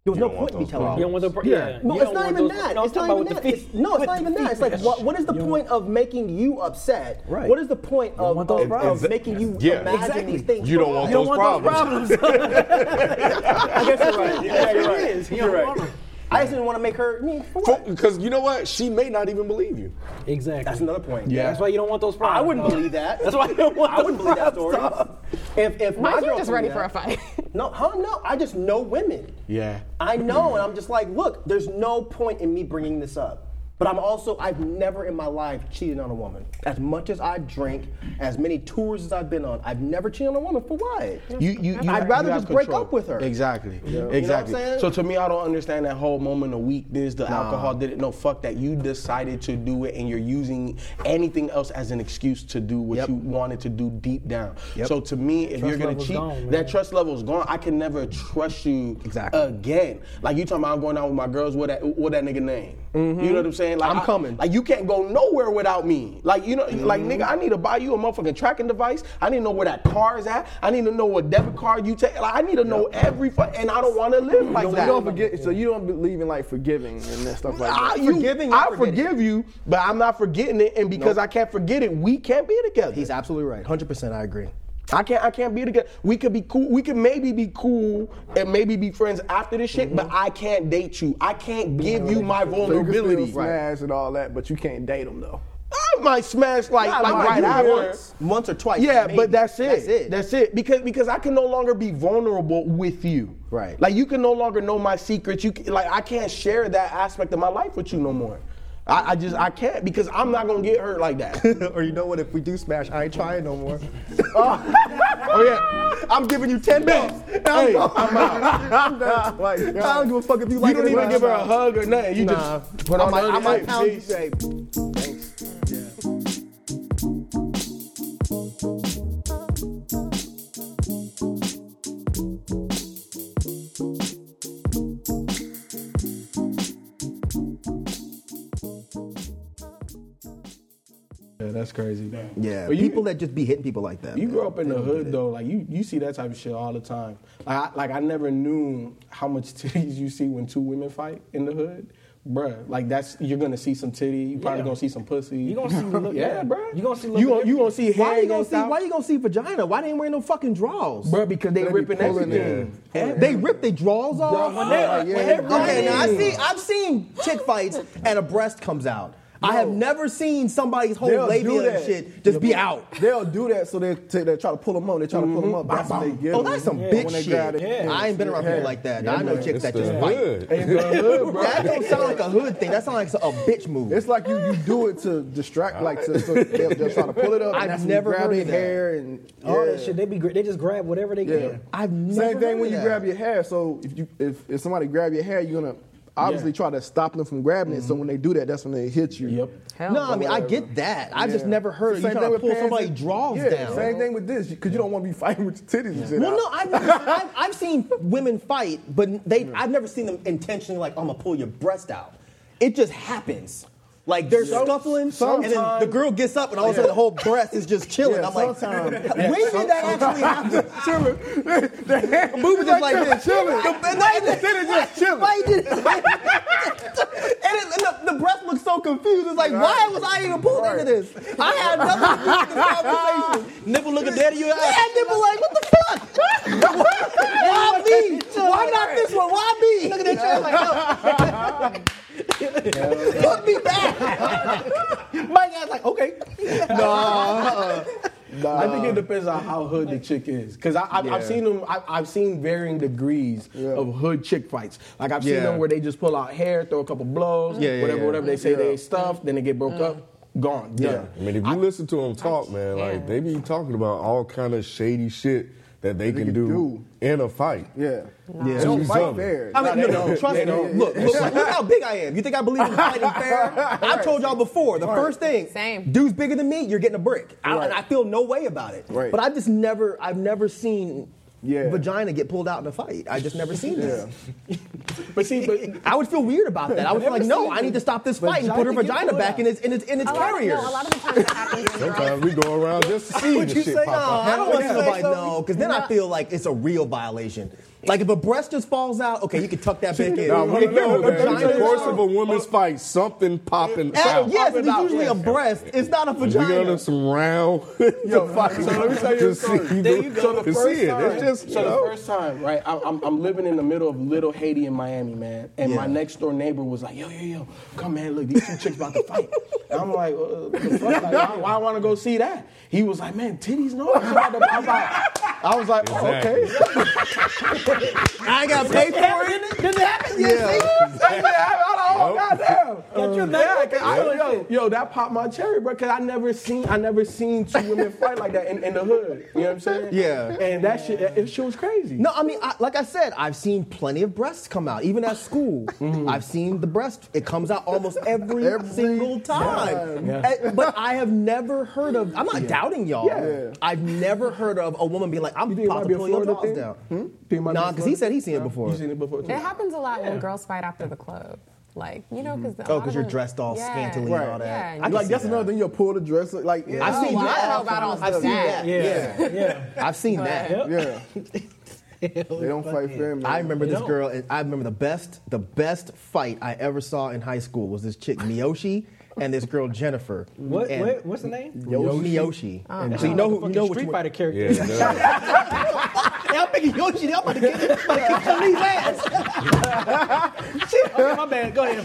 Speaker 6: There was no
Speaker 8: don't
Speaker 6: point in
Speaker 8: want
Speaker 6: me
Speaker 8: those
Speaker 6: telling her.
Speaker 8: problems. You don't want
Speaker 5: the pro- yeah.
Speaker 6: No,
Speaker 5: You
Speaker 6: it's
Speaker 5: don't
Speaker 6: not
Speaker 5: want
Speaker 6: even
Speaker 5: those-
Speaker 6: that.
Speaker 5: No, I'm
Speaker 6: it's
Speaker 5: talking
Speaker 6: not
Speaker 5: about with
Speaker 6: even that.
Speaker 5: the
Speaker 6: It's,
Speaker 5: feet.
Speaker 6: no, it's
Speaker 5: With
Speaker 6: not
Speaker 5: the
Speaker 6: even that.
Speaker 5: feet.
Speaker 6: It's like, what, what is the point of making you upset?
Speaker 5: Right.
Speaker 6: What is the point of,
Speaker 5: want those
Speaker 6: of- of
Speaker 5: problems.
Speaker 6: making you
Speaker 8: Yeah.
Speaker 6: imagine these things?
Speaker 8: You don't want
Speaker 5: You don't
Speaker 8: those
Speaker 5: want
Speaker 8: problems.
Speaker 5: those problems.
Speaker 4: I guess you're right. Yeah, you're right.
Speaker 6: It is.
Speaker 4: You're right.
Speaker 6: I just didn't want to make her. I mean, for what?
Speaker 8: Because you know what? She may not even believe you.
Speaker 5: exactly.
Speaker 6: That's another point.
Speaker 8: Yeah.
Speaker 5: That's why you don't want those problems.
Speaker 6: I wouldn't
Speaker 5: dog.
Speaker 6: believe that.
Speaker 5: That's why you don't want
Speaker 6: I
Speaker 5: those
Speaker 6: wouldn't believe that story.
Speaker 5: problems, dog.
Speaker 6: If if my
Speaker 3: Mike,
Speaker 6: girl
Speaker 3: you're just
Speaker 6: told
Speaker 3: ready
Speaker 6: me
Speaker 3: for
Speaker 6: that-
Speaker 3: a fight.
Speaker 6: No, huh? No, I just know women.
Speaker 8: Yeah.
Speaker 6: I know, and I'm just like, look, there's no point in me bringing this up. But I'm also, I've never in my life cheated on a woman. As much as I drink, as many tours as I've been on, I've never cheated on a woman. For what?
Speaker 7: You, you, you
Speaker 6: I'd
Speaker 7: have-
Speaker 6: rather
Speaker 7: you have
Speaker 6: just break
Speaker 7: control.
Speaker 6: up with her.
Speaker 7: Exactly.
Speaker 6: You know what I'm
Speaker 7: Exactly.
Speaker 6: saying?
Speaker 7: so to me, I don't understand that whole moment of weakness. The alcohol did it. No, fuck that. You decided to do it, and you're using anything else as an excuse to do what
Speaker 6: Yep.
Speaker 7: you wanted to do deep down.
Speaker 6: Yep.
Speaker 7: So to me, if you're gonna
Speaker 5: level's
Speaker 7: cheat,
Speaker 5: gone, man.
Speaker 7: that trust level's gone. I can never trust you
Speaker 6: Exactly.
Speaker 7: again. Like you talking about, I'm going out with my girls. What that? What that nigga name? You know what I'm saying? Like
Speaker 6: Mm-hmm. I'm
Speaker 7: I-
Speaker 6: coming. Mm-hmm.
Speaker 7: Like you can't go nowhere without me. Like you know, like nigga, I need to buy you a motherfucking tracking device. I need to know where that car is at. I need to know what debit card you take. Like I need to know every fu- and I don't want to live like
Speaker 4: So you
Speaker 7: that.
Speaker 4: don't forget. So you don't believe in like forgiving and stuff like
Speaker 7: I,
Speaker 6: Ah,
Speaker 4: that.
Speaker 7: you,
Speaker 6: Forgiving, not
Speaker 7: I
Speaker 6: forgetting.
Speaker 7: forgive you, but I'm not forgetting it, and because I can't forget it, we can't be together.
Speaker 6: He's absolutely right. 100% I agree.
Speaker 7: I can't I can't be together. We could be cool. We could maybe be cool and maybe be friends after this shit,
Speaker 11: Mm-hmm.
Speaker 7: but I can't date you. I can't give you my
Speaker 4: So you can still
Speaker 7: vulnerability.
Speaker 4: smash and all that, but you can't date them though.
Speaker 11: Ah.
Speaker 7: I might smash like
Speaker 6: Not
Speaker 7: like
Speaker 6: mine.
Speaker 7: right
Speaker 6: You
Speaker 7: after.
Speaker 6: once, once or twice,
Speaker 7: Yeah,
Speaker 6: maybe.
Speaker 7: but that's it.
Speaker 6: That's it.
Speaker 7: That's it. Because because I can no longer be vulnerable with you.
Speaker 6: Right.
Speaker 7: Like you can no longer know my secrets. You can, like I can't share that aspect of my life with you no more. I, I just I can't because I'm not gonna get hurt like that.
Speaker 6: or you know what? If we do smash, I ain't trying no more.
Speaker 7: oh yeah.
Speaker 6: I'm giving you 10 bucks. and I'm
Speaker 7: Hey,
Speaker 6: going.
Speaker 7: I'm out.
Speaker 4: Like,
Speaker 6: I don't give a fuck if you like
Speaker 7: you don't
Speaker 6: it or
Speaker 7: even
Speaker 6: not.
Speaker 7: give her a hug or nothing. You
Speaker 6: Nah.
Speaker 7: just put
Speaker 6: Uh, I
Speaker 7: on
Speaker 6: might-
Speaker 7: the
Speaker 6: I
Speaker 7: other
Speaker 6: might
Speaker 7: end.
Speaker 6: pound you,
Speaker 7: Peace.
Speaker 6: say,
Speaker 12: Yeah, that's crazy.
Speaker 6: Yeah,
Speaker 12: But you-
Speaker 6: people that just be hitting people like that.
Speaker 7: You
Speaker 6: man.
Speaker 7: grew up in the hood though, like you you see that type of shit all the time. Like I, like I never knew how much titties you see when two women fight in the hood. Bruh, like that's you're gonna see some titty. You probably
Speaker 4: Yeah.
Speaker 7: gonna see some pussy. You
Speaker 4: gonna see look-
Speaker 7: yeah,
Speaker 4: yeah.
Speaker 7: bruh.
Speaker 4: You gonna see
Speaker 7: you
Speaker 4: look-
Speaker 7: gonna, you gonna see hair.
Speaker 6: Why you gonna
Speaker 7: yanked
Speaker 6: see?
Speaker 7: out.
Speaker 6: Why you gonna see vagina? Why they ain't wearing no fucking draws?
Speaker 7: Bruh, because they, ripping everything.
Speaker 6: They rip their draws off.
Speaker 7: Bruh, when they-
Speaker 6: Like,
Speaker 7: when
Speaker 6: yeah.
Speaker 7: they run
Speaker 6: okay, now I
Speaker 7: in.
Speaker 6: see. I've seen chick fights and a breast comes out. I have never seen somebody's whole
Speaker 4: They'll do
Speaker 6: labia and
Speaker 4: that.
Speaker 6: shit just be out.
Speaker 4: They'll do that so they t- they try to pull them on. They try to pull them up. That's when they get
Speaker 6: Oh,
Speaker 4: them.
Speaker 6: that's some
Speaker 4: Yeah, when
Speaker 6: bitch
Speaker 4: they
Speaker 6: shit.
Speaker 4: grab it. Yeah.
Speaker 6: I ain't been around
Speaker 4: Yeah.
Speaker 6: people like that.
Speaker 4: Yeah,
Speaker 6: I know
Speaker 4: man.
Speaker 6: chicks
Speaker 4: It's
Speaker 6: that
Speaker 4: the
Speaker 6: just fight.
Speaker 4: hood. Ain't the hood, bro.
Speaker 6: that don't sound like a hood thing. That sounds like a bitch move.
Speaker 4: It's like you, you do it to distract, like to, so they'll, they'll try to pull it up.
Speaker 6: I've
Speaker 4: and that's when
Speaker 6: never
Speaker 4: you grab
Speaker 6: heard
Speaker 4: their
Speaker 6: of that. Oh,
Speaker 4: hair and
Speaker 11: All
Speaker 4: yeah.
Speaker 11: that shit, they be gr- they just grab whatever they
Speaker 4: Yeah,
Speaker 11: can.
Speaker 6: I've
Speaker 4: same
Speaker 11: heard
Speaker 4: thing when
Speaker 11: of
Speaker 4: you
Speaker 11: that.
Speaker 4: grab your hair. So if you if, if somebody grab your hair, you're gonna obviously try to stop them from grabbing it. So
Speaker 6: Mm-hmm.
Speaker 4: when they do that, that's when they hit you. Yep.
Speaker 6: no, I mean I get that. I've just never heard of you trying to pull somebody draws
Speaker 4: yeah,
Speaker 6: down.
Speaker 4: Same thing with this because you don't want to be fighting with your titties and shit.
Speaker 6: Well, no, I've, never, I've,
Speaker 4: I've
Speaker 6: seen women fight, but they I've never seen them intentionally like I'm gonna pull your breast out. It just happens. Like they're
Speaker 4: Some-
Speaker 6: scuffling, and then the
Speaker 4: sometimes-
Speaker 6: girl gets up, and all of a sudden the whole breast is just chilling.
Speaker 4: Yeah,
Speaker 6: I'm like,
Speaker 4: sometimes.
Speaker 6: when did that actually happen?
Speaker 4: chilling. The hair
Speaker 6: Moving just like
Speaker 4: just
Speaker 6: this,
Speaker 4: chilling.
Speaker 6: The, and not even-
Speaker 4: just chilling.
Speaker 6: Why you did- and, it, and the, the breast looks so confused. It's like, why was I even pulled into this? I had nothing to do with this conversation. Nipple looking dead in your eyes. Yeah, nipple like, what the fuck? why me? Why not this one? Why me? Looking at you like, no. Put me back. uh-uh. Mike I was oh. like, okay.
Speaker 7: Nah. I think it depends on how hood the chick is, because I've,
Speaker 4: Yeah.
Speaker 7: I've seen them. I've, I've seen varying degrees of hood chick fights. Like I've seen
Speaker 4: Yeah.
Speaker 7: them where they just pull out hair, throw a couple blows,
Speaker 8: Yeah, yeah,
Speaker 7: whatever,
Speaker 8: yeah.
Speaker 7: whatever. They say
Speaker 8: Yeah.
Speaker 7: they stuff, then they get broke
Speaker 6: Mm.
Speaker 7: up, gone,
Speaker 8: Yeah.
Speaker 7: done.
Speaker 8: I mean, if you listen to them talk, man, like they be talking about all kind of shady shit that they, can, do, in a fight.
Speaker 4: Yeah.
Speaker 8: Yeah.
Speaker 4: They don't
Speaker 8: Do
Speaker 4: fight
Speaker 8: something.
Speaker 4: fair.
Speaker 6: I mean, no, no, trust me. Look, look, look, look how big I am. You think I believe in fighting fair? I've told y'all before. The first thing,
Speaker 3: Same.
Speaker 6: dude's bigger than me. You're getting a brick. I, and I feel no way about it.
Speaker 4: Right.
Speaker 6: But I just never, I've never seen vagina get pulled out in a fight. I just never seen that.
Speaker 7: But see, but
Speaker 6: I would feel weird about that. I would feel
Speaker 7: Never
Speaker 6: like, no,
Speaker 7: seen
Speaker 6: I need to stop this fight and put
Speaker 7: vagina
Speaker 6: her
Speaker 7: get
Speaker 6: vagina
Speaker 7: pulled
Speaker 6: back in its in its in its
Speaker 3: A lot of,
Speaker 6: carrier.
Speaker 3: no, a lot of the times it happens when girls
Speaker 8: Sometimes we go around just to see
Speaker 6: Would
Speaker 8: the
Speaker 6: you
Speaker 8: shit
Speaker 6: say
Speaker 8: pop
Speaker 6: no?
Speaker 8: out.
Speaker 6: I don't want to see
Speaker 8: Yeah.
Speaker 6: nobody no, because then I feel like it's a real violation. Like if a breast just falls out, okay, you can tuck that back in.
Speaker 8: Now,
Speaker 6: If
Speaker 8: we
Speaker 6: your
Speaker 8: know that in
Speaker 6: vagina
Speaker 8: the
Speaker 6: is
Speaker 8: course
Speaker 6: out-
Speaker 8: of a woman's fight, something popping
Speaker 6: Eh,
Speaker 8: out.
Speaker 6: yes, it's usually a breast. It's not a
Speaker 8: We got
Speaker 6: vagina.
Speaker 8: us some round.
Speaker 4: Yo,
Speaker 7: So let me tell you a story.
Speaker 8: There you
Speaker 7: So the
Speaker 8: To
Speaker 7: first
Speaker 8: see it.
Speaker 7: time,
Speaker 8: It's just,
Speaker 7: so
Speaker 8: you
Speaker 7: the
Speaker 8: know.
Speaker 7: first time, right? I, I'm, I'm living in the middle of Little Haiti in Miami, man. And my
Speaker 8: Yeah.
Speaker 7: next door neighbor was like, "Yo, yo, yo, come man, look, these two chicks about to fight." And I'm like, uh, what the fuck? Like, why, why I want to go see that? He was like, "Man, titties, no." I'm about to- I'm like, I was like, oh,
Speaker 8: Exactly.
Speaker 7: okay.
Speaker 6: I ain't got to pay for it.
Speaker 7: Did it happen?
Speaker 6: Yeah.
Speaker 7: Oh,
Speaker 8: Nope.
Speaker 7: goddamn.
Speaker 4: Got your
Speaker 7: Yeah,
Speaker 4: back.
Speaker 7: 'cause I- yo, yo, that popped my cherry, bro. Cause I never seen, I never seen two women fight like that in, in the hood. You know what I'm saying?
Speaker 6: Yeah.
Speaker 7: And that shit, that- it, shit was crazy.
Speaker 6: No, I mean, I, like I said, I've seen plenty of breasts come out, even at school.
Speaker 7: Mm-hmm.
Speaker 6: I've seen the breast; it comes out almost every,
Speaker 4: Every
Speaker 6: single time.
Speaker 4: time.
Speaker 6: And- but I have never heard of. I'm not doubting y'all.
Speaker 4: Yeah.
Speaker 6: I've never heard of a woman being like, "I'm
Speaker 7: think it might
Speaker 6: popping
Speaker 7: be a
Speaker 6: pulling your
Speaker 7: Florida
Speaker 6: drawers
Speaker 7: thing? Hmm?
Speaker 6: down." Hmm?
Speaker 7: Think it might be
Speaker 6: Nah,
Speaker 7: a
Speaker 6: because
Speaker 7: Florida-
Speaker 6: he said he seen it
Speaker 7: Nah,
Speaker 6: before.
Speaker 7: you seen it before too.
Speaker 3: It happens a lot when girls fight after the club. Like, you know, because
Speaker 6: Oh, 'cause you're dressed all scantily and all that. I
Speaker 3: Yeah,
Speaker 6: can
Speaker 4: like
Speaker 6: see
Speaker 4: that's
Speaker 6: that.
Speaker 4: another thing. You will pull the dress. Like yeah.
Speaker 6: I've seen
Speaker 3: Oh, wow.
Speaker 6: that.
Speaker 3: I don't know about all
Speaker 6: I've seen
Speaker 3: that.
Speaker 6: that. Yeah.
Speaker 4: yeah,
Speaker 6: I've seen that.
Speaker 4: yeah. They don't fight fair, man.
Speaker 6: I remember
Speaker 4: They
Speaker 6: this
Speaker 4: don't.
Speaker 6: girl, and I remember the best, the best fight I ever saw in high school was this chick Miyoshi and this girl Jennifer.
Speaker 11: What,
Speaker 6: And
Speaker 11: what Ah, what's the name?
Speaker 6: Yo- Miyoshi. And so you know who? You know
Speaker 11: Street
Speaker 6: which one-
Speaker 11: Fighter character.
Speaker 8: Yeah, no.
Speaker 6: Hey, I'm picking Yoshi. I'm about to kick, I'm about to kick Chun-Li's ass.
Speaker 11: Shit, okay, my bad. Go ahead.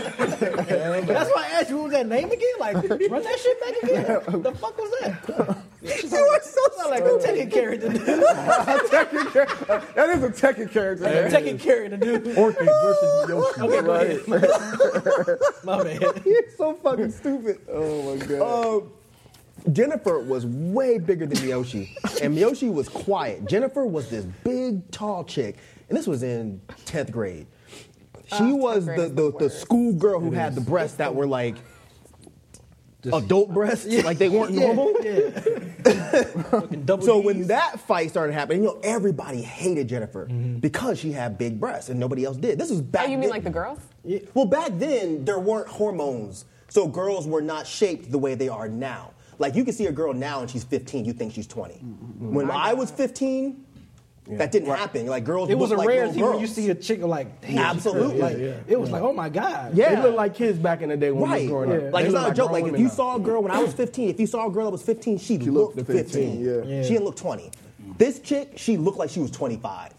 Speaker 11: That's why I asked you what was that name again? Like, run that shit back again. The fuck was that?
Speaker 6: You are so
Speaker 11: Sound like a
Speaker 6: stupid.
Speaker 11: Tekken character.
Speaker 4: Tekken character. That is a Tekken character. man.
Speaker 11: Tekken character, dude.
Speaker 4: Orchid versus Yoshi.
Speaker 11: Okay, go ahead. My bad.
Speaker 6: You're so fucking stupid.
Speaker 4: Oh my god.
Speaker 6: Um, Jennifer was way bigger than Miyoshi, and Miyoshi was quiet. Jennifer was this big, tall chick, and this was in 10th grade. She was
Speaker 3: Oh, grade
Speaker 6: the,
Speaker 3: is the
Speaker 6: the, the
Speaker 3: worst.
Speaker 6: school girl who had the breasts that were like adult breasts, like they weren't normal.
Speaker 11: Double
Speaker 6: So
Speaker 11: Ds.
Speaker 6: when that fight started happening, you know, everybody hated Jennifer
Speaker 10: Mm-hmm.
Speaker 6: because she had big breasts and nobody else did. This was back.
Speaker 3: Oh, you mean
Speaker 6: then-
Speaker 3: like the girls?
Speaker 6: Well, back then there weren't hormones. So girls were not shaped the way they are now. Like you can see a girl now and she's 15, you think she's 20.
Speaker 10: Mm-hmm.
Speaker 6: When I was 15, that didn't happen. Like girls,
Speaker 10: It was a
Speaker 6: looked like
Speaker 10: rare
Speaker 6: little
Speaker 10: thing
Speaker 6: girls.
Speaker 10: when you see a chick like, damn,
Speaker 6: Absolutely.
Speaker 10: Like, It was like, oh my god.
Speaker 6: Yeah. They look
Speaker 10: like kids back in the day
Speaker 6: right. Like it's not a joke. Like if you saw a girl when I was 15, if you saw a girl that was 15, she, looked, 15.
Speaker 5: 15, yeah. Yeah.
Speaker 6: She didn't look 20. This chick, she looked like she was 25.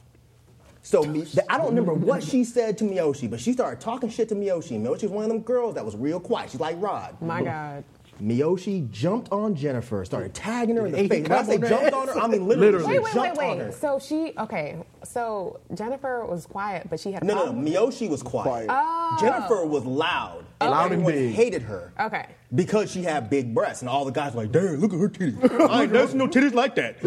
Speaker 6: So me, th- I don't remember what she said to Miyoshi, but she started talking shit to Miyoshi. Miyoshi was one of them girls that was real quiet. She's like Rod.
Speaker 3: My God.
Speaker 6: Miyoshi jumped on Jennifer, started tagging her in
Speaker 3: He
Speaker 6: the face. When I
Speaker 3: come
Speaker 6: say
Speaker 3: on her
Speaker 6: jumped
Speaker 3: ass.
Speaker 6: on her, I mean literally, she
Speaker 3: Wait, wait, wait,
Speaker 6: jumped on
Speaker 3: wait.
Speaker 6: her.
Speaker 3: So she okay. So Jennifer was quiet, but she had
Speaker 6: No, no,
Speaker 3: problems?
Speaker 6: no. Miyoshi was Um, quiet.
Speaker 3: Oh.
Speaker 6: Jennifer was loud. And
Speaker 3: Loud and
Speaker 6: everyone
Speaker 3: big.
Speaker 6: hated her.
Speaker 3: Okay.
Speaker 6: because she had big breasts, and all the guys were like, "Damn, look at her titties." I ain't dancing no titties like that.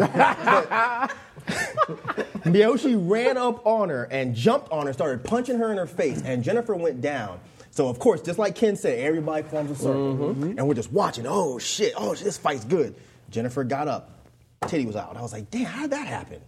Speaker 6: Miyoshi ran up on her and jumped on her, started punching her in her face, and Jennifer went down. So of course, just like Ken said, everybody forms a circle,
Speaker 3: Mm-hmm.
Speaker 6: and we're just watching. Oh shit! Oh, this fight's good. Jennifer got up. Titty was out. I was like, damn, how did that happen?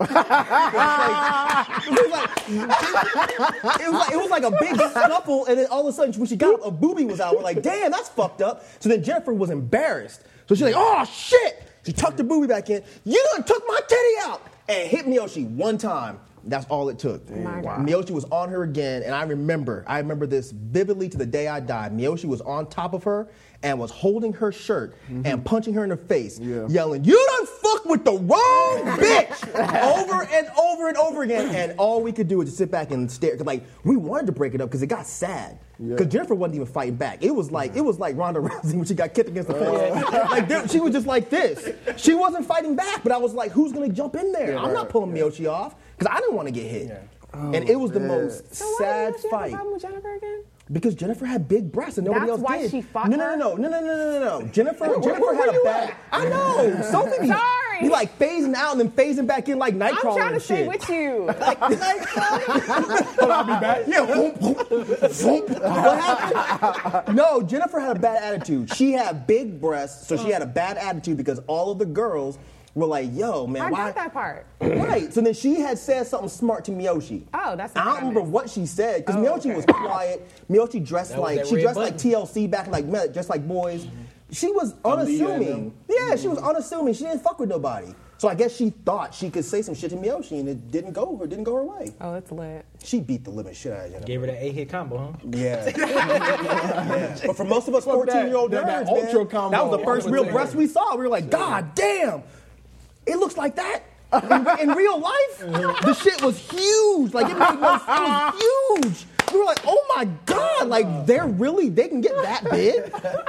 Speaker 6: it, was like, it was like a big scuffle, and then all of a sudden, when she got up, a booby was out. We're like, damn, that's fucked up. So then Jennifer was embarrassed. So she's like, oh shit! She tucked the booby back in. You done took my titty out and hit Miyoshi one time. That's all it took.
Speaker 3: My God.
Speaker 6: Miyoshi was on her again, and I remember, I remember this vividly to the day I died. Miyoshi was on top of her and was holding her shirt and punching her in the face, yelling, You done fuck with the wrong bitch! over and over and over again. And all we could do was just sit back and stare. 'Cause, Like, we wanted to break it up because it got sad. Because Jennifer wasn't even fighting back. It was like it was like Ronda Rousey when she got kicked against the fence. like there- she was just like this. She wasn't fighting back, but I was like, who's gonna jump in there? I'm not pulling Miyoshi off because I didn't want to get hit. and it was the most
Speaker 3: So why
Speaker 6: sad
Speaker 3: did she have a
Speaker 6: fight
Speaker 3: problem with Jennifer again?
Speaker 6: because Jennifer had big breasts and nobody
Speaker 3: That's
Speaker 6: else
Speaker 3: why
Speaker 6: did.
Speaker 3: she fought
Speaker 6: no, no, no, no, no, no, no, no, no. Jennifer, Jennifer
Speaker 3: where
Speaker 6: had
Speaker 3: you
Speaker 6: a bad. I know. Sophie, be-
Speaker 3: Sorry.
Speaker 6: be like phasing out and then phasing back in like Nightcrawler
Speaker 3: I'm trying to
Speaker 6: and
Speaker 3: stay
Speaker 6: shit.
Speaker 3: with you.
Speaker 6: I'll be back. Yeah. whoop, whoop, whoop. What happened? No, Jennifer had a bad attitude. She had big breasts, so she had a bad attitude because all of the girls were like, "Yo, man,
Speaker 3: I
Speaker 6: why?"
Speaker 3: got that part.
Speaker 6: Right. So then she had said something smart to Miyoshi.
Speaker 3: Oh, that's Oh,
Speaker 6: I don't
Speaker 3: not what I
Speaker 6: remember what she said because Miyoshi was quiet. Miyoshi dressed
Speaker 10: That was
Speaker 6: like
Speaker 10: that
Speaker 6: she
Speaker 10: red
Speaker 6: dressed like
Speaker 10: button.
Speaker 6: TLC back like men- just like boys. She was unassuming. Yeah,
Speaker 10: Mm-hmm.
Speaker 6: she was unassuming. She didn't fuck with nobody. So I guess she thought she could say some shit to Miyoshi and it didn't go her didn't go her way.
Speaker 3: Oh, it's lit.
Speaker 6: She beat the living shit out of Jennifer.
Speaker 10: Gave her that eight hit combo, huh?
Speaker 6: Yeah. Yeah. But for most of us,
Speaker 10: Fuck that.
Speaker 6: 14 year old nerds,
Speaker 10: That- that
Speaker 6: man,
Speaker 10: ultra combo.
Speaker 6: that was the first
Speaker 10: Yeah.
Speaker 6: real breast we saw. We were like, God damn, it looks like that. In, in real life, the shit was huge. Like, it, made no, it was huge. We were like, oh my God, like, they're really, they can get that big.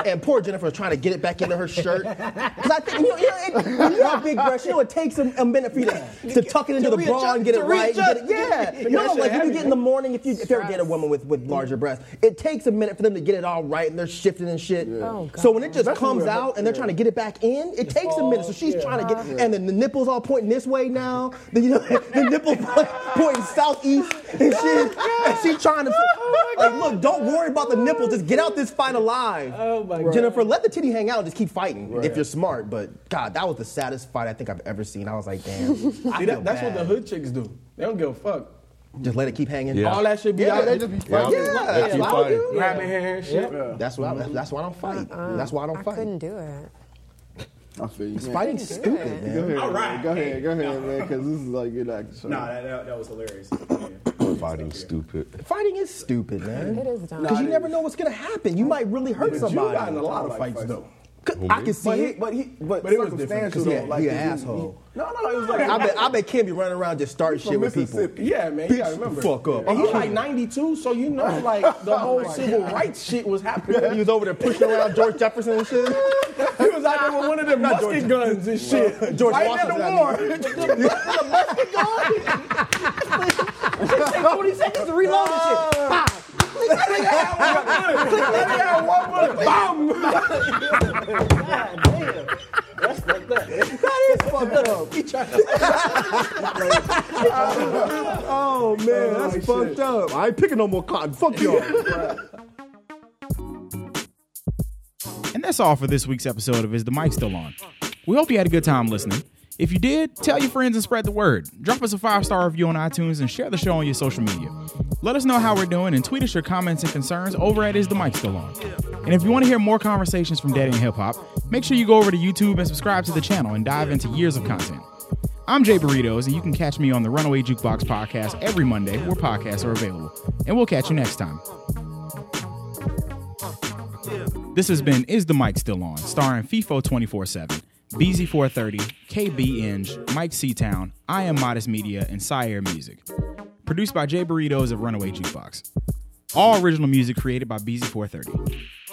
Speaker 6: And poor Jennifer was trying to get it back into her shirt. 'Cause I think, you know, you know, it, when you have big breasts, you know, it takes a, a minute for you to, to tuck it into
Speaker 10: To
Speaker 6: the bra
Speaker 10: readjust-
Speaker 6: and get it
Speaker 10: to
Speaker 6: right. and get it-
Speaker 10: readjust.
Speaker 6: yeah. No,
Speaker 10: That shit
Speaker 6: like, when you
Speaker 10: heavy.
Speaker 6: get in the morning, if you if you're dating a woman with,
Speaker 10: Mm.
Speaker 6: with larger breasts, it takes a minute for them to get it all right and they're shifting and shit.
Speaker 3: Oh,
Speaker 6: so when it just
Speaker 5: Especially
Speaker 6: comes
Speaker 5: with her-
Speaker 6: out and they're trying to get it back in, it takes a minute. So she's trying to get and then the nipples all pointing this way now. The, you know, the nipple point- pointing southeast and shit. and she's trying to
Speaker 7: Oh
Speaker 6: like look, don't worry about the nipples, just get out this fight alive.
Speaker 10: Oh, my God.
Speaker 6: Jennifer, let the titty hang out and just keep fighting if you're smart. But God, that was the saddest fight I think I've ever seen. I was like, damn. I
Speaker 7: See,
Speaker 6: feel
Speaker 7: that, that's what
Speaker 6: bad.
Speaker 7: the hood chicks do. They don't give a fuck.
Speaker 6: Just let it keep hanging.
Speaker 8: Yeah.
Speaker 7: All that shit be
Speaker 5: Yeah,
Speaker 7: out.
Speaker 5: they just be fighting.
Speaker 6: Yeah, that's
Speaker 8: keep
Speaker 6: what I would
Speaker 8: fighting.
Speaker 6: do.
Speaker 7: grabbing hair and shit.
Speaker 6: That's why. I, that's why I don't fight. that's why I don't
Speaker 3: I
Speaker 6: fight.
Speaker 3: couldn't do it.
Speaker 5: I feel you. Man.
Speaker 6: Fighting's stupid,
Speaker 5: Go
Speaker 6: man.
Speaker 5: ahead,
Speaker 13: All right.
Speaker 5: man. go ahead, go ahead, man, because this is like you're not. Sure.
Speaker 13: Nah, that, that, that was hilarious.
Speaker 8: Fighting stupid.
Speaker 6: Fighting is stupid, man.
Speaker 3: It is dumb.
Speaker 6: Because you never know what's gonna happen. You might really hurt
Speaker 7: But you got
Speaker 6: somebody.
Speaker 7: in a lot of fights though.
Speaker 6: I can see
Speaker 4: But he,
Speaker 6: it.
Speaker 4: but he, but,
Speaker 7: But it was
Speaker 4: circumstantial
Speaker 7: different, 'cause
Speaker 4: though.
Speaker 6: he a-
Speaker 4: like,
Speaker 6: he a
Speaker 4: 'cause
Speaker 6: asshole.
Speaker 4: No, no, no. It was like
Speaker 6: I bet. I bet Kim be running around just starting shit
Speaker 4: from
Speaker 6: with people.
Speaker 4: Mississippi.
Speaker 7: Yeah, man. You gotta remember.
Speaker 6: fuck up.
Speaker 7: And he's like 92, so you know, like the
Speaker 11: Oh
Speaker 7: whole civil rights shit was happening.
Speaker 6: He was over there pushing around George Jefferson and shit.
Speaker 7: He was out there with one of them
Speaker 6: Not
Speaker 7: musket guns and shit.
Speaker 6: George
Speaker 7: right
Speaker 6: Washington, I
Speaker 7: in
Speaker 6: mean.
Speaker 7: the war. With the with the musket gun.
Speaker 9: Take 20 seconds to reload this shit.
Speaker 6: Uh.
Speaker 7: They had one bullet. Bam!
Speaker 6: That is fucked up. oh man, that's fucked up. I ain't picking no more cotton. Fuck y'all.
Speaker 1: And that's all for this week's episode of Is the Mic Still On? We hope you had a good time listening. If you did, tell your friends and spread the word. Drop us a five star review on iTunes and share the show on your social media. Let us know how we're doing and tweet us your comments and concerns over at Is the Mic Still On? And if you want to hear more conversations from Daddy and Hip Hop, make sure you go over to YouTube and subscribe to the channel and dive into years of content. I'm Jay Burritos, and you can catch me on the Runaway Jukebox podcast every Monday where podcasts are available. And we'll catch you next time. This has been Is the Mic Still On? starring FIFO 24 7, BZ430, KB Inge, Mike Seatown, I Am Modest Media, and Sire Music. Produced by Jay Burritos of Runaway Jukebox. All original music created by BZ430.